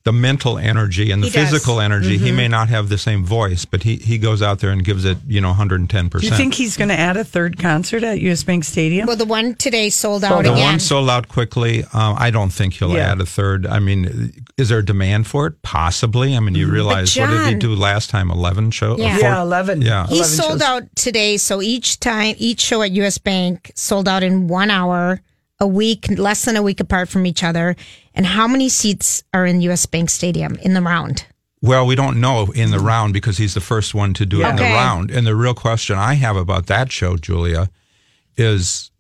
Speaker 6: the mental energy and the
Speaker 3: He does.
Speaker 6: physical energy. He
Speaker 2: Mhm.
Speaker 6: may not have the same voice, but he, he goes out there and gives it, you know, 110%.
Speaker 2: Do you think he's going to add a third concert at US Bank Stadium?
Speaker 3: Well, the one today sold out
Speaker 6: the
Speaker 3: again.
Speaker 6: one sold out quickly. Um, I don't think he'll
Speaker 3: Yeah.
Speaker 6: add a third. I mean, is there a demand for it? Possibly. I mean, you realize what did he
Speaker 3: John-
Speaker 6: do last time? Eleven show?
Speaker 3: Yeah.
Speaker 6: uh, four-
Speaker 3: Yeah,
Speaker 2: 11.
Speaker 6: Yeah,
Speaker 3: He sold out today, so each time, each show at U.S. Bank sold out in one hour, a week, less than a week apart from each other. And how many seats are in U.S. Bank Stadium in the round?
Speaker 6: Well, we don't know in the round because he's the first one to do it in the
Speaker 3: Okay.
Speaker 6: round. And the real question I have about that show, Julia, is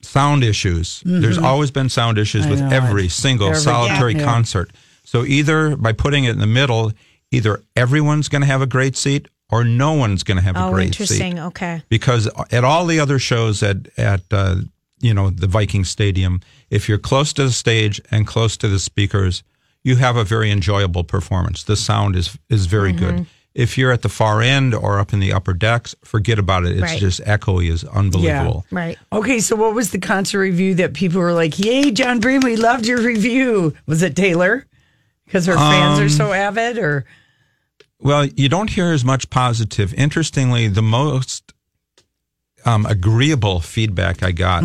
Speaker 6: sound issues. There's
Speaker 16: Mhm.
Speaker 6: always been sound issues
Speaker 16: I
Speaker 6: with
Speaker 16: know,
Speaker 6: every
Speaker 16: it's
Speaker 6: single
Speaker 16: every-
Speaker 6: solitary
Speaker 16: yeah.
Speaker 6: concert. So either by putting it in the middle, either everyone's going to have a great seat or no one's going to have a
Speaker 3: oh,
Speaker 6: great
Speaker 3: interesting.
Speaker 6: seat.
Speaker 3: Okay.
Speaker 6: Because at all the other shows at at uh, you know the Viking Stadium, if you're close to the stage and close to the speakers, you have a very enjoyable performance. The sound is is very
Speaker 16: Mhm.
Speaker 6: good. If you're at the far end or up in the upper decks, forget about it. It's
Speaker 2: Right.
Speaker 6: just echoey is unbelievable.
Speaker 3: Right.
Speaker 2: Okay, so what was the concert review that people were like, "Yay, John Breen, we loved your review"? Was it Taylor? Because her fans are
Speaker 6: Um,
Speaker 2: so avid, or
Speaker 6: Well, you don't hear as much positive. Interestingly, the most um, agreeable feedback I got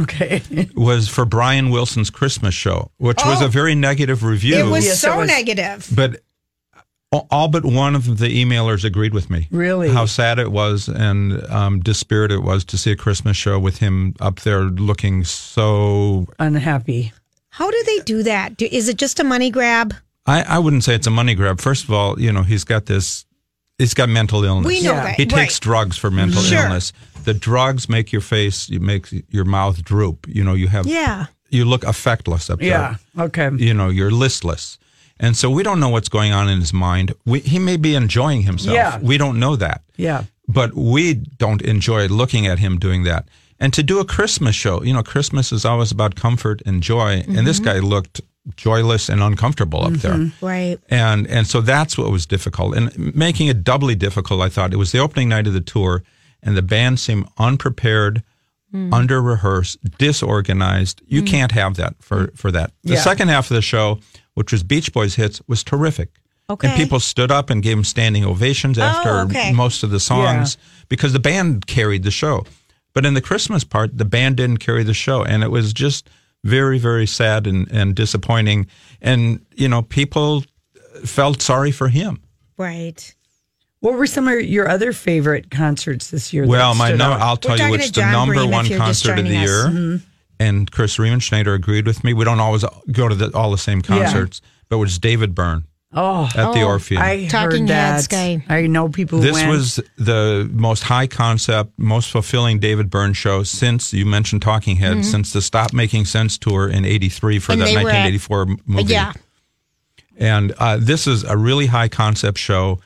Speaker 6: was for Brian Wilson's Christmas show, which was
Speaker 3: Oh.
Speaker 6: a very negative review.
Speaker 3: It was so negative.
Speaker 6: But all all but one of the emailers agreed with me.
Speaker 2: Really?
Speaker 6: How sad it was and um, dispirited it was to see a Christmas show with him up there looking so.
Speaker 2: unhappy?
Speaker 3: How do they do that? Do, is it just a money grab?
Speaker 6: I, I wouldn't say it's a money grab. First of all, you know, he's got this, he's got mental illness.
Speaker 3: We know Yeah. that,
Speaker 6: He takes
Speaker 3: right.
Speaker 6: drugs for mental
Speaker 3: Sure.
Speaker 6: illness. The drugs make your face, you make your mouth droop. You know, you have, you look affectless up there.
Speaker 2: yeah, okay.
Speaker 6: you know you're listless and so we don't know what's going on in his mind we, he may be enjoying himself
Speaker 2: Yeah.
Speaker 6: we don't know that
Speaker 2: Yeah.
Speaker 6: but we don't enjoy looking at him doing that and to do a christmas show you know christmas is always about comfort and joy and this
Speaker 2: Mm-hmm.
Speaker 3: Mhm.
Speaker 6: guy looked joyless and uncomfortable up there
Speaker 3: Right.
Speaker 6: and and so that's what was difficult and making it doubly difficult i thought it was the opening night of the tour and the band seemed unprepared
Speaker 16: Hmm.
Speaker 6: under rehearsed disorganized you
Speaker 16: Mm.
Speaker 6: can't have that for for that the
Speaker 16: Yeah.
Speaker 6: second half of the show which was beach boys hits was terrific
Speaker 16: Okay.
Speaker 6: and people stood up and gave them standing ovations after
Speaker 16: okay.
Speaker 6: most of the songs because the band carried the show but in the christmas part the band didn't carry the show and it was just very very sad and, and disappointing and you know people felt sorry for him
Speaker 3: Right.
Speaker 2: What were some of your other favorite concerts this year?
Speaker 6: Well,
Speaker 2: that
Speaker 6: my
Speaker 2: stood
Speaker 6: no,
Speaker 2: out?
Speaker 6: I'll tell you, it's the number one concert of the year.
Speaker 2: Mm-hmm.
Speaker 6: And Chris Riemenschneider agreed with me. We don't always go to the, all the same
Speaker 2: Yeah.
Speaker 6: concerts, but it was David Byrne.
Speaker 2: Oh,
Speaker 6: At the Orpheum.
Speaker 2: I
Speaker 3: Talking
Speaker 2: heard that.
Speaker 3: Heads guy.
Speaker 2: I know people.
Speaker 6: This
Speaker 2: went.
Speaker 6: was the most high concept, most fulfilling David Byrne show since you mentioned Talking Heads,
Speaker 3: Mhm.
Speaker 6: since the Stop Making Sense tour in '83 for
Speaker 3: And
Speaker 6: that
Speaker 3: they were at- uh,
Speaker 6: 1984 m- movie.
Speaker 3: Yeah.
Speaker 6: And uh, this is a really high concept show.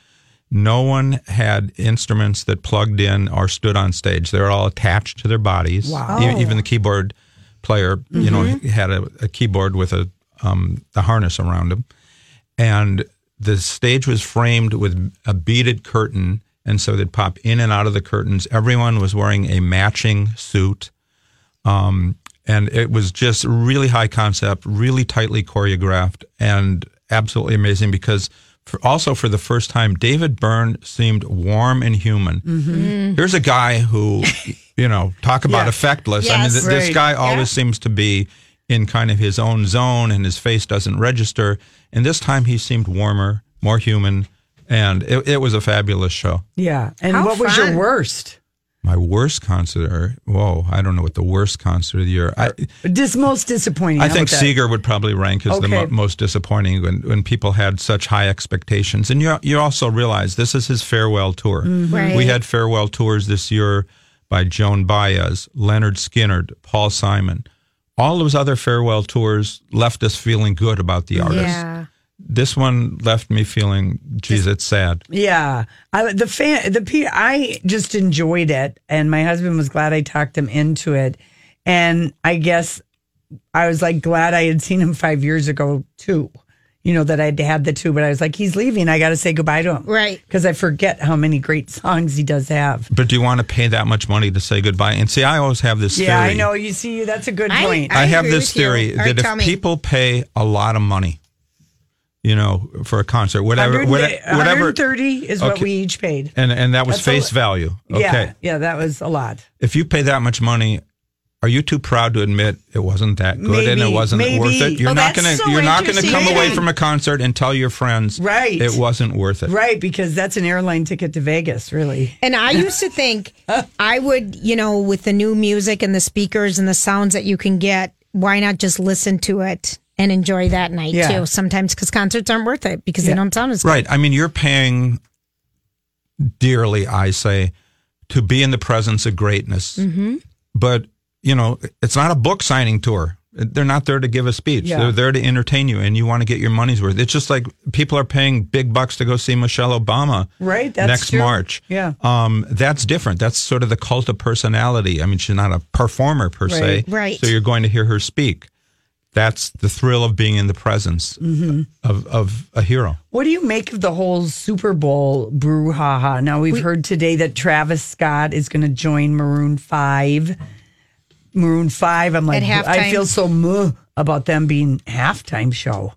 Speaker 6: No one had instruments that plugged in or stood on stage. They're all attached to their bodies.
Speaker 16: Wow.
Speaker 6: E- even the keyboard player, you know,
Speaker 16: Mhm.
Speaker 6: had a, a keyboard with a, um, a harness around him. And the stage was framed with a beaded curtain. And so they'd pop in and out of the curtains. Everyone was wearing a matching suit. Um, and it was just really high concept, really tightly choreographed, and absolutely amazing because for, also for the first time, David Byrne seemed warm and human.
Speaker 16: Mhm. Mm.
Speaker 6: Here's a guy who, you know, talk about effectless. I mean,
Speaker 16: Yes.
Speaker 6: th-
Speaker 16: Right.
Speaker 6: this guy always seems to be in kind of his own zone and his face doesn't register. And this time he seemed warmer, more human, and it, it was a fabulous show.
Speaker 2: Yeah. And
Speaker 16: How
Speaker 2: what was
Speaker 16: fun.
Speaker 2: your worst?
Speaker 6: My worst concert, or, whoa, I don't know what the worst concert of the year. I,
Speaker 2: Er, Dis most disappointing.
Speaker 6: I
Speaker 2: How
Speaker 6: think
Speaker 2: about that?
Speaker 6: Seeger would probably rank as the mo-
Speaker 2: Okay.
Speaker 6: most disappointing when, when people had such high expectations. And you, you also realize this is his farewell tour.
Speaker 16: Mhm.
Speaker 2: Mm-hmm.
Speaker 16: Right.
Speaker 6: We had farewell tours this year by Joan Baez, Leonard Skinnard, Paul Simon. All those other farewell tours left us feeling good about the artist.
Speaker 2: Yeah.
Speaker 6: This one left me feeling, geez, it's sad.
Speaker 2: Yeah, I, the fan, the P, I just enjoyed it, and my husband was glad I talked him into it, and I guess I was like glad I had seen him five years ago too.
Speaker 10: you know, that I'd had the two, but I was like, he's leaving. I got to say goodbye to him.
Speaker 3: Right.
Speaker 10: Because I forget how many great songs he does have.
Speaker 6: But do you want to pay that much money to say goodbye? And see, I always have this
Speaker 10: Yeah,
Speaker 6: theory.
Speaker 10: I know. You see, that's a good
Speaker 3: I-
Speaker 10: point.
Speaker 6: I, have
Speaker 3: agree
Speaker 6: this
Speaker 3: with you.
Speaker 6: theory
Speaker 3: All right,
Speaker 6: that
Speaker 3: tell
Speaker 6: if
Speaker 3: me.
Speaker 6: people pay a lot of money, you know, for a concert, whatever, whatever, whatever
Speaker 10: 130 is what
Speaker 6: Okay.
Speaker 10: we each paid.
Speaker 6: and and that was
Speaker 10: That's a
Speaker 6: face
Speaker 10: lo-
Speaker 6: value. Okay,
Speaker 10: Yeah. Yeah, that was a lot.
Speaker 6: if you pay that much money. Are you too proud to admit it wasn't that good and it
Speaker 10: Maybe,
Speaker 6: wasn't
Speaker 10: maybe.
Speaker 6: worth it? You're
Speaker 10: Oh,
Speaker 6: not
Speaker 10: that's
Speaker 6: gonna
Speaker 10: so
Speaker 6: you're not gonna
Speaker 10: interesting.
Speaker 6: come away
Speaker 10: Yeah.
Speaker 6: from a concert and tell your friends
Speaker 10: Right.
Speaker 6: it wasn't worth it.
Speaker 10: Right, because that's an airline ticket to Vegas, really.
Speaker 3: And I used to think I would, you know, with the new music and the speakers and the sounds that you can get, why not just listen to it and enjoy that night
Speaker 6: Yeah.
Speaker 3: too? Sometimes because concerts aren't worth it because they don't sound as good.
Speaker 6: Right. I mean, you're paying dearly, I say, to be in the presence of greatness.
Speaker 10: Mm-hmm.
Speaker 3: Mhm.
Speaker 6: But, you know, it's not a book signing tour. They're not there to give a speech.
Speaker 17: Yeah.
Speaker 6: They're there to entertain you, and you want to get your money's worth. It's just like people are paying big bucks to go see Michelle Obama
Speaker 10: Right, that's
Speaker 6: next
Speaker 10: true.
Speaker 6: March.
Speaker 10: Yeah.
Speaker 6: Um, that's different. That's sort of the cult of personality. I mean, she's not a performer per se.
Speaker 10: Right, right.
Speaker 6: So you're going to hear her speak. That's the thrill of being in the presence
Speaker 10: hmm
Speaker 6: of, of a hero.
Speaker 10: What do you make of the whole Super Bowl brouhaha? Now, we've heard today that Travis Scott is going to join Maroon 5. Maroon 5, I'm like,
Speaker 3: At
Speaker 10: I
Speaker 3: halftime.
Speaker 10: feel so muh about them being halftime show.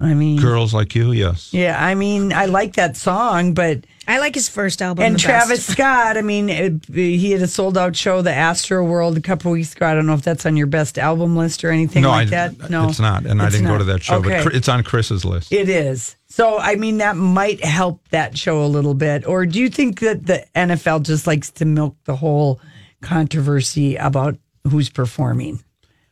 Speaker 10: I mean,
Speaker 6: Girls like you, yes.
Speaker 10: Yeah, I mean, I like that song, but
Speaker 3: I like his first album.
Speaker 10: and
Speaker 3: the
Speaker 10: Travis
Speaker 3: best.
Speaker 10: Scott. I mean, it, he had a sold out show, the Astro World, a couple weeks ago. I don't know if that's on your best album list or anything like
Speaker 6: I,
Speaker 10: that. No,
Speaker 6: it's not. And I
Speaker 10: It's
Speaker 6: didn't
Speaker 10: not.
Speaker 6: go to that show,
Speaker 10: Okay.
Speaker 6: but Chri- it's on Chris's list.
Speaker 10: It is. So, I mean, that might help that show a little bit. Or do you think that the NFL just likes to milk the whole controversy about who's performing?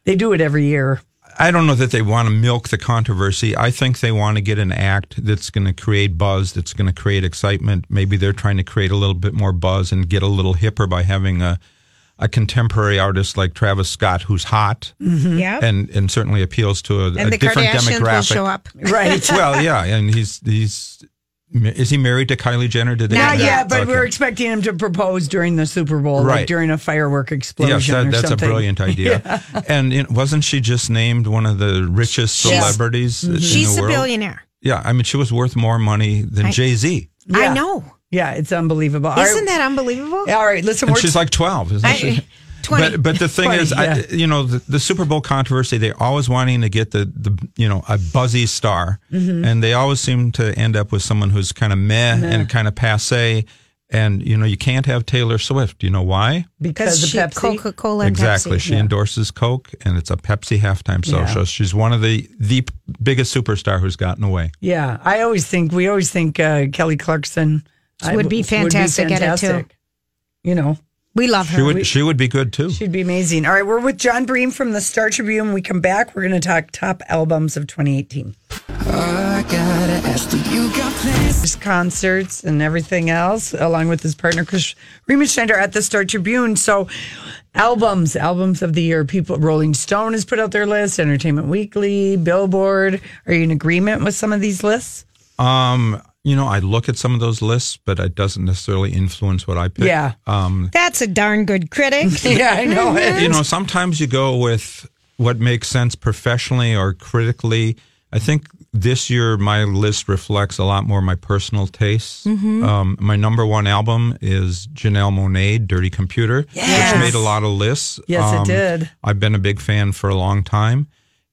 Speaker 10: They do it every year.
Speaker 6: I don't know that they want to milk the controversy. I think they want to get an act that's going to create buzz, that's going to create excitement. Maybe they're trying to create a little bit more buzz and get a little hipper by having a a contemporary artist like Travis Scott, who's hot
Speaker 3: Mhm. Yep.
Speaker 6: and and certainly appeals to a, a
Speaker 3: and the
Speaker 6: different
Speaker 3: Kardashians
Speaker 6: demographic.
Speaker 3: will show up.
Speaker 6: well, yeah, and he's he's is he married to Kylie Jenner? Did they
Speaker 10: Not
Speaker 6: do that?
Speaker 10: yet, but
Speaker 6: Okay.
Speaker 10: we're expecting him to propose during the Super Bowl, like
Speaker 6: Right.
Speaker 10: during a firework explosion
Speaker 6: Yes, that,
Speaker 10: or
Speaker 6: that's
Speaker 10: something.
Speaker 6: a brilliant idea. And it, wasn't she just named one of the richest
Speaker 3: She's- Mm-hmm.
Speaker 6: celebrities in
Speaker 3: She's
Speaker 6: the
Speaker 3: a
Speaker 6: world?
Speaker 3: billionaire.
Speaker 6: Yeah, I mean, she was worth more money than
Speaker 3: I-
Speaker 6: Jay Z.
Speaker 3: I know.
Speaker 10: Yeah, Uh, it's unbelievable. All right.
Speaker 3: Isn't that unbelievable?
Speaker 10: All right, listen,
Speaker 6: And
Speaker 10: we're
Speaker 6: she's like 12, isn't
Speaker 3: I-
Speaker 6: she?
Speaker 3: 20.
Speaker 6: But, but the thing
Speaker 3: 20,
Speaker 6: is,
Speaker 3: yeah.
Speaker 6: I, you know, the, the Super Bowl controversy, they're always wanting to get the, the you know, a buzzy star.
Speaker 3: Mm-hmm.
Speaker 17: Mhm.
Speaker 6: And they always seem to end up with someone who's kind of meh
Speaker 17: Meh.
Speaker 6: and kind of passe. And, you know, you can't have Taylor Swift. You know why?
Speaker 10: because
Speaker 3: she
Speaker 10: of Pepsi.
Speaker 3: Coca Cola and
Speaker 6: Exactly.
Speaker 3: Pepsi.
Speaker 6: She endorses Coke, and it's a Pepsi halftime
Speaker 10: Yeah.
Speaker 6: social. She's one of the the p- biggest superstar who's gotten away.
Speaker 10: Yeah, I always think we always think uh, Kelly Clarkson
Speaker 3: She would be
Speaker 10: I-
Speaker 3: fantastic at it, too.
Speaker 10: fantastic. You know,
Speaker 3: we love
Speaker 6: She would she would be good too.
Speaker 10: She'd be amazing. All right, we're with John Bream from the Star Tribune. When we come back, we're going to talk top albums of 2018.
Speaker 17: I gotta ask, do you got plans?
Speaker 10: His concerts and everything else, along with his partner Chris Riemann Schneider at the Star Tribune. So, albums, albums of the year. People, Rolling Stone has put out their list. Entertainment Weekly, Billboard. Are you in agreement with some of these lists?
Speaker 6: Um, you know, I look at some of those lists, but it doesn't necessarily influence what I pick.
Speaker 3: Yeah.
Speaker 6: Um,
Speaker 3: That's a darn good critic.
Speaker 6: You know, sometimes you go with what makes sense professionally or critically. I think this year my list reflects a lot more my personal tastes.
Speaker 17: Mhm.
Speaker 6: Um, my number one album is Janelle Monet, Dirty Computer,
Speaker 17: Yes.
Speaker 6: which made a lot of lists. Um,
Speaker 17: Yes, it did.
Speaker 6: I've been a big fan for a long time,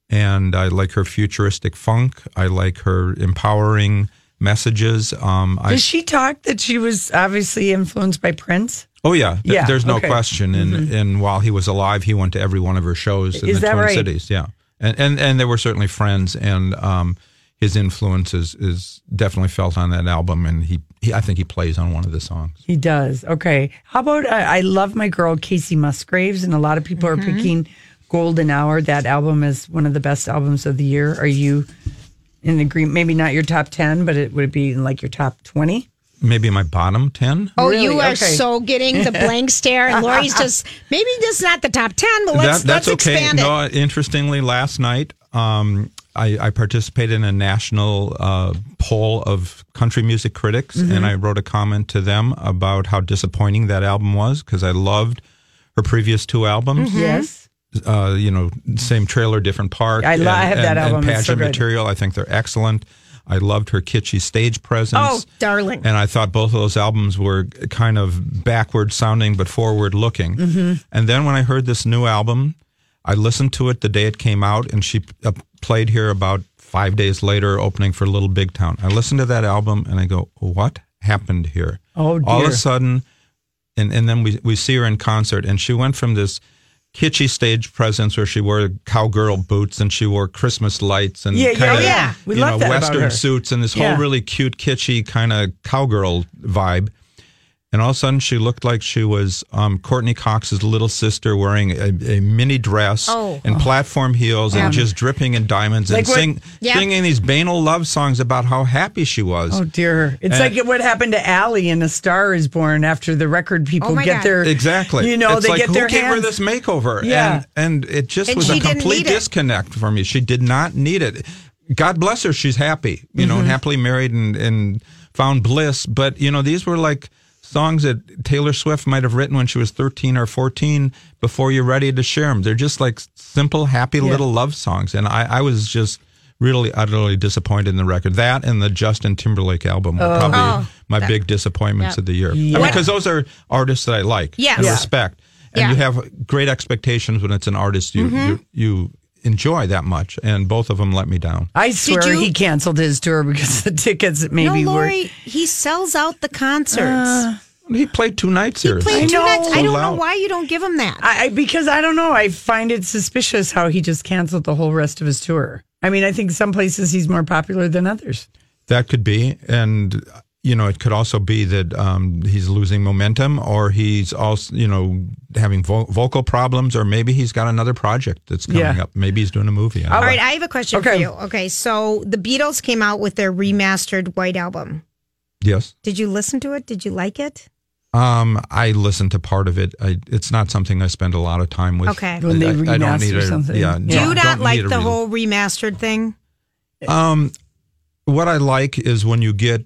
Speaker 6: and I like her futuristic funk. I like her empowering messages. Um, I,
Speaker 10: Does she talk that she was obviously influenced by Prince?
Speaker 6: Oh yeah, Th-
Speaker 10: Yeah,
Speaker 6: there's no
Speaker 10: okay. Mm-hmm.
Speaker 6: question. And and while he was alive, he went to every one of her shows in
Speaker 10: Is
Speaker 6: the
Speaker 10: that
Speaker 6: Twin
Speaker 10: right?
Speaker 6: Cities. Yeah, and and and they were certainly friends, and um, his influence is, is definitely felt on that album. And he, he, I think he plays on one of the songs.
Speaker 10: He does. uh, Okay. How about I, I love my girl Casey Musgraves, and a lot of people are
Speaker 3: Mhm.
Speaker 10: picking Golden Hour. That album is one of the best albums of the year. Are you in agreement? Maybe not your top ten, but it would it be in like your top twenty.
Speaker 6: Maybe my bottom ten.
Speaker 3: Oh, you
Speaker 10: Really?
Speaker 3: are
Speaker 10: Okay.
Speaker 3: so getting the blank stare, and Lori's just maybe just not the top ten, but let's
Speaker 6: That-
Speaker 3: let's
Speaker 6: that's okay.
Speaker 3: expand
Speaker 6: no,
Speaker 3: it.
Speaker 6: interestingly, last night um, I, I participated in a national uh, poll of country music critics,
Speaker 3: Mm-hmm.
Speaker 17: Mhm.
Speaker 6: and I wrote a comment to them
Speaker 3: Mm-hmm.
Speaker 6: about how disappointing that album was because I loved her previous two albums.
Speaker 17: Mhm. Yes.
Speaker 6: uh, you know, same trailer, different park.
Speaker 2: I lo- I have that album.
Speaker 6: And
Speaker 2: It's so
Speaker 6: pageant
Speaker 2: good.
Speaker 6: material. I think they're excellent. I loved her kitschy stage presence.
Speaker 3: Oh, darling.
Speaker 6: And I thought both of those albums were kind of backward sounding but forward looking.
Speaker 2: Mm-hmm.
Speaker 3: Mhm.
Speaker 6: And then when I heard this new album, I listened to it the day it came out, and she uh, played here about five days later, opening for Little Big Town. I listened to that album and I go, what happened here?
Speaker 2: Oh, dear.
Speaker 6: All of a sudden, and, and then we, we see her in concert, and she went from this kitschy stage presence where she wore cowgirl boots and she wore Christmas lights and
Speaker 2: Yeah, yeah,
Speaker 6: kinda,
Speaker 2: oh, yeah. We
Speaker 6: you
Speaker 2: love
Speaker 6: know,
Speaker 2: that about
Speaker 6: Western
Speaker 2: her.
Speaker 6: suits and this
Speaker 2: Yeah.
Speaker 6: whole really cute, kitschy kind of cowgirl vibe. And all of a sudden, she looked like she was um, Courtney Cox's little sister wearing a, a mini dress
Speaker 3: Oh.
Speaker 6: and platform heels
Speaker 3: Yeah.
Speaker 6: and just dripping in diamonds
Speaker 2: Like
Speaker 6: and
Speaker 2: what-
Speaker 6: sing,
Speaker 3: Yeah.
Speaker 6: singing these banal love songs about how happy she was.
Speaker 2: Oh dear! It's
Speaker 6: And-
Speaker 2: like what happened to Allie in A Star Is Born after the record people
Speaker 3: Oh my
Speaker 2: get
Speaker 3: God.
Speaker 2: their
Speaker 6: Exactly.
Speaker 2: You know,
Speaker 6: It's
Speaker 2: they
Speaker 6: like,
Speaker 2: get
Speaker 6: who
Speaker 2: their
Speaker 6: gave her
Speaker 2: hands.
Speaker 6: this makeover?
Speaker 2: Yeah.
Speaker 6: And, and it just
Speaker 3: And
Speaker 6: was
Speaker 3: she
Speaker 6: a
Speaker 3: didn't
Speaker 6: complete
Speaker 3: need it.
Speaker 6: disconnect for me. She did not need it. God bless her. She's happy, you
Speaker 2: Mm-hmm.
Speaker 6: know, and happily married and, and found bliss. But, you know, these were like songs that Taylor Swift might have written when she was 13 or 14 before you're ready to share them. They're just like simple, happy
Speaker 2: Yeah.
Speaker 6: little love songs. And I, I was just really utterly disappointed in the record. That and the Justin Timberlake album were
Speaker 3: Oh.
Speaker 6: probably
Speaker 3: Oh.
Speaker 6: my
Speaker 3: That-
Speaker 6: big disappointments
Speaker 3: Yeah.
Speaker 6: of the year.
Speaker 3: Yeah.
Speaker 6: I mean,
Speaker 3: What-
Speaker 6: because those are artists that I like
Speaker 3: Yes.
Speaker 6: and
Speaker 3: Yeah.
Speaker 6: respect. And
Speaker 3: Yeah.
Speaker 6: you have great expectations when it's an artist you,
Speaker 3: Mhm.
Speaker 6: you you enjoy that much. And both of them let me down.
Speaker 2: I swear
Speaker 3: you-
Speaker 2: he canceled his tour because the tickets maybe
Speaker 3: no,
Speaker 2: were.
Speaker 3: Lori, he sells out the concerts.
Speaker 2: Uh,
Speaker 6: He played two nights here.
Speaker 3: Played two
Speaker 2: know.
Speaker 3: nights. I
Speaker 6: So
Speaker 3: don't know
Speaker 6: loud.
Speaker 3: why you don't give him that.
Speaker 2: I I- because I don't know. I find it suspicious how he just canceled the whole rest of his tour. I mean, I think some places he's more popular than others.
Speaker 6: That could be, and you know, it could also be that um, he's losing momentum, or he's also, you know, having vo- vocal problems, or maybe he's got another project that's coming
Speaker 2: Yeah.
Speaker 6: up. Maybe he's doing a movie. I don't
Speaker 3: All
Speaker 6: know.
Speaker 3: right, I have a question for
Speaker 2: Okay.
Speaker 3: you. Okay, so the Beatles came out with their remastered White Album.
Speaker 6: Yes.
Speaker 3: Did you listen to it? Did you like it?
Speaker 6: Um, I listened to part of it. I, it's not something I spend a lot of time with.
Speaker 3: Okay.
Speaker 2: When they
Speaker 6: I, I don't need
Speaker 2: remaster
Speaker 6: a,
Speaker 2: something.
Speaker 6: Yeah.
Speaker 2: Do
Speaker 3: Do
Speaker 6: don't-
Speaker 3: you
Speaker 6: don't
Speaker 3: not
Speaker 6: need
Speaker 3: like
Speaker 6: a
Speaker 3: the
Speaker 6: re-
Speaker 3: whole remastered thing?
Speaker 6: Um, what I like is when you get.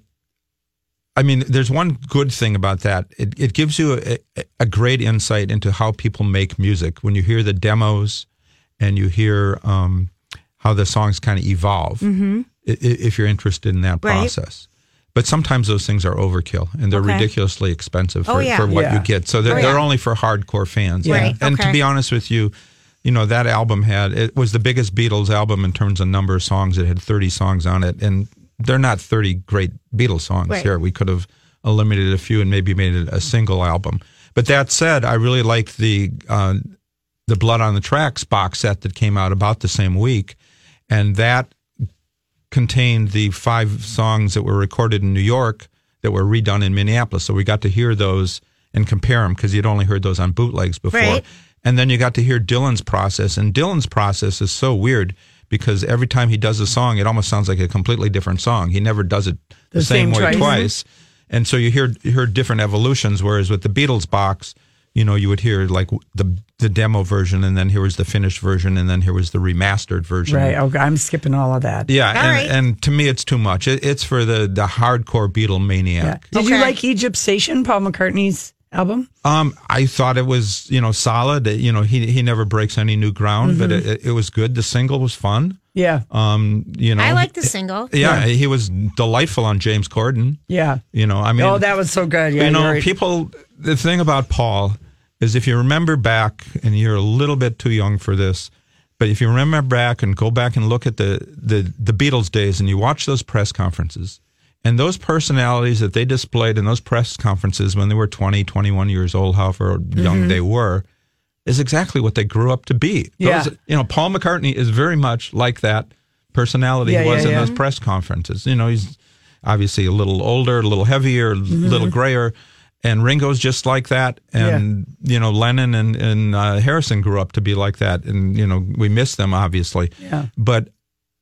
Speaker 6: I mean, there's one good thing about that. It, it gives you a, a great insight into how people make music when you hear the demos, and you hear um, how the songs kind of evolve.
Speaker 3: Mhm.
Speaker 6: i- i- If you're interested in that
Speaker 3: Right.
Speaker 6: process. But sometimes those things are overkill and they're
Speaker 3: Okay.
Speaker 6: ridiculously expensive for,
Speaker 3: Oh, yeah.
Speaker 6: for what
Speaker 2: Yeah.
Speaker 6: you get. So they're,
Speaker 3: Oh,
Speaker 6: they're
Speaker 3: yeah.
Speaker 6: only for hardcore fans.
Speaker 3: Yeah. Right,
Speaker 6: And, and
Speaker 3: okay.
Speaker 6: to be honest with you, you know that album had it was the biggest Beatles album in terms of number of songs. It had 30 songs on it, and they're not 30 great Beatles songs
Speaker 3: Right.
Speaker 6: here. We could have eliminated a few and maybe made it a single album. But that said, I really liked the uh, the Blood on the Tracks box set that came out about the same week, and that contained the five songs that were recorded in New York that were redone in Minneapolis. So we got to hear those and compare them because you'd only heard those on bootlegs before.
Speaker 3: Right.
Speaker 6: And then you got to hear Dylan's process. And Dylan's process is so weird because every time he does a song, it almost sounds like a completely different song. He never does it the,
Speaker 2: The
Speaker 6: same,
Speaker 2: same
Speaker 6: way
Speaker 2: twice.
Speaker 6: twice. And so you hear you hear different evolutions. Whereas with the Beatles box, you know, you would hear like the the demo version, and then here was the finished version, and then here was the remastered version.
Speaker 2: Right. Okay. I'm skipping all of that.
Speaker 6: Yeah,
Speaker 3: All
Speaker 6: and,
Speaker 3: right.
Speaker 6: and to me, it's too much. It, it's for the the hardcore Beatle
Speaker 2: Yeah.
Speaker 6: maniac.
Speaker 2: Did you
Speaker 3: Okay.
Speaker 2: like Egypt Station, Paul McCartney's album?
Speaker 6: Um, I thought it was you know solid. You know, he he never breaks any new ground, but it- it, it was good. The single was fun.
Speaker 2: Mm-hmm. Yeah.
Speaker 6: Um, you know,
Speaker 3: I like the single.
Speaker 6: Yeah, he was delightful on James Corden.
Speaker 2: Yeah.
Speaker 6: You know, I mean,
Speaker 2: oh, that was so good. Yeah,
Speaker 6: you know,
Speaker 2: you're right.
Speaker 6: people. The thing about Paul is, if you remember back, and you're a little bit too young for this, but if you remember back and go back and look at the the, the Beatles days, and you watch those press conferences, and those personalities that they displayed in those press conferences when they were 20, 21 years old, however young
Speaker 2: Mm-hmm.
Speaker 6: they were, is exactly what they grew up to be. Those-
Speaker 2: Yeah.
Speaker 6: you know, Paul McCartney is very much like that personality
Speaker 2: Yeah,
Speaker 6: he was
Speaker 2: yeah,
Speaker 6: in
Speaker 2: yeah.
Speaker 6: those press conferences. You know, he's obviously a little older, a little heavier, a
Speaker 2: Mm-hmm.
Speaker 6: little grayer, and Ringo's just like that. And you know, Lennon and and uh, Harrison grew up to be like that, and you know, we miss them obviously.
Speaker 2: Yeah.
Speaker 6: But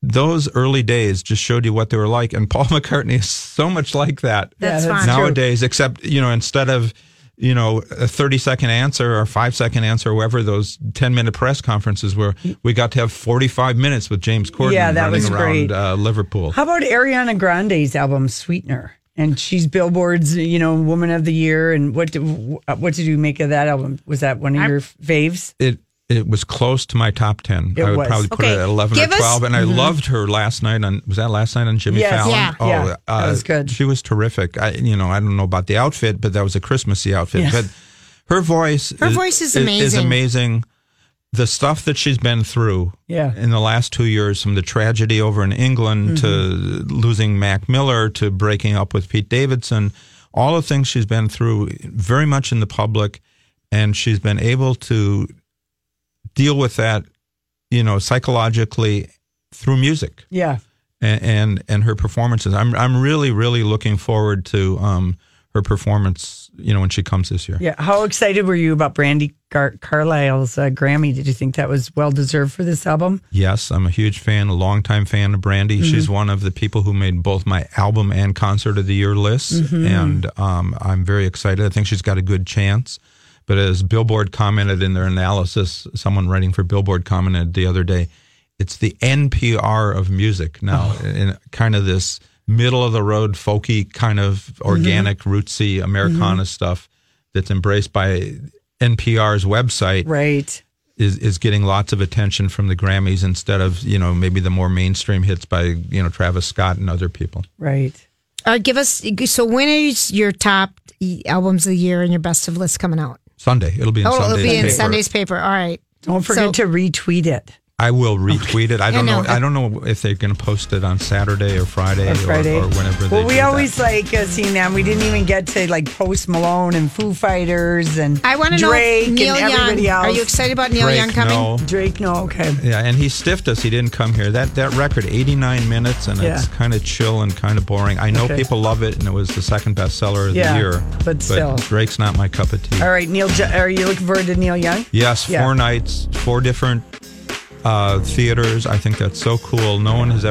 Speaker 6: those early days just showed you what they were like, and Paul McCartney is so much like that
Speaker 3: That's
Speaker 2: Yeah,
Speaker 3: fine.
Speaker 2: that's true.
Speaker 6: nowadays, except you know, instead of you know a thirty second answer or five second answer, or whatever those ten minute press conferences were, we got to have forty five minutes with James Corden
Speaker 2: Yeah, that
Speaker 6: running
Speaker 2: was
Speaker 6: around
Speaker 2: great.
Speaker 6: Uh, Liverpool.
Speaker 2: How about Ariana Grande's album Sweetener? And she's Billboard's, you know, Woman of the Year. And what did, what did you make of that album? Was that one of your faves?
Speaker 6: it It was close to my top ten.
Speaker 2: It
Speaker 6: I would
Speaker 2: was.
Speaker 6: probably put it
Speaker 2: Okay,
Speaker 6: at eleven
Speaker 2: give
Speaker 6: or
Speaker 2: us-
Speaker 6: twelve. and
Speaker 2: Mhm.
Speaker 6: I loved her last night on was that last night on Jimmy
Speaker 2: Yes.
Speaker 6: Fallon?
Speaker 2: Yeah.
Speaker 6: Oh,
Speaker 2: Yeah.
Speaker 6: Uh,
Speaker 2: That was good.
Speaker 6: She was terrific. I you know I don't know about the outfit, but that was a Christmassy outfit.
Speaker 3: Yeah.
Speaker 6: But her voice,
Speaker 3: Her voice is
Speaker 6: Is
Speaker 3: amazing.
Speaker 6: amazing. The stuff that she's been through
Speaker 3: Yeah.
Speaker 6: in the last two years, from the tragedy over in England to
Speaker 2: Mm-hmm.
Speaker 6: losing Mac Miller to breaking up with Pete Davidson, all the things she's been through, very much in the public, and she's been able to deal with that, you know, psychologically through music
Speaker 2: Yeah.
Speaker 6: and and, and her performances. I'm I'm really really looking forward to um, her performance. You know, when she comes this year.
Speaker 2: Yeah. How excited were you about Brandy Car- Carlisle's uh, Grammy? Did you think that was well deserved for this album?
Speaker 6: Yes, I'm a huge fan, a longtime fan of Brandy.
Speaker 2: Mhm.
Speaker 6: She's one of the people who made both my album and concert of the year lists,
Speaker 2: Mhm.
Speaker 6: and um, I'm very excited. I think she's got a good chance. But as Billboard commented in their analysis, someone writing for Billboard commented the other day, it's the NPR of music now, in kind of this middle of the road, folky kind of organic, rootsy Americana stuff that's embraced by NPR's website.
Speaker 2: Right.
Speaker 6: Is, is getting lots of attention from the Grammys instead of, you know, maybe the more mainstream hits by, you know, Travis Scott and other people.
Speaker 2: Right.
Speaker 3: All right, Uh, give us so when is your top albums of the year and your best of list coming out?
Speaker 6: Sunday. It'll be in
Speaker 3: oh,
Speaker 6: Sunday's
Speaker 3: it'll be in
Speaker 6: paper.
Speaker 3: Sunday's paper. All right.
Speaker 2: Don't forget to retweet it.
Speaker 6: I will retweet it. I
Speaker 3: Yeah,
Speaker 6: don't
Speaker 3: no,
Speaker 6: know. I don't know if they're going to post it on Saturday or Friday or,
Speaker 2: Or Friday.
Speaker 6: or whenever they
Speaker 2: well,
Speaker 6: do
Speaker 2: we
Speaker 6: that.
Speaker 2: always like uh, seeing them. We didn't even get to like Post Malone and Foo Fighters and
Speaker 3: I want to know
Speaker 2: Drake
Speaker 3: if Neil
Speaker 2: and everybody
Speaker 3: Young.
Speaker 2: else.
Speaker 3: Are you excited about Neil
Speaker 6: Drake,
Speaker 3: Young coming?
Speaker 6: no.
Speaker 2: Drake, no. Okay.
Speaker 6: Yeah, and he stiffed us. He didn't come here. That that record, 89 minutes, and it's
Speaker 2: Yeah.
Speaker 6: kind of chill and kind of boring. I know
Speaker 2: Okay.
Speaker 6: people love it, and it was the second bestseller of
Speaker 2: Yeah,
Speaker 6: the year.
Speaker 2: but still.
Speaker 6: Drake's not my cup of tea.
Speaker 2: All right, Neil. Jo- Are you looking forward to Neil Young?
Speaker 6: Yes,
Speaker 2: Yeah.
Speaker 6: four nights, four different uh, theaters. I think that's so cool. No one has ever.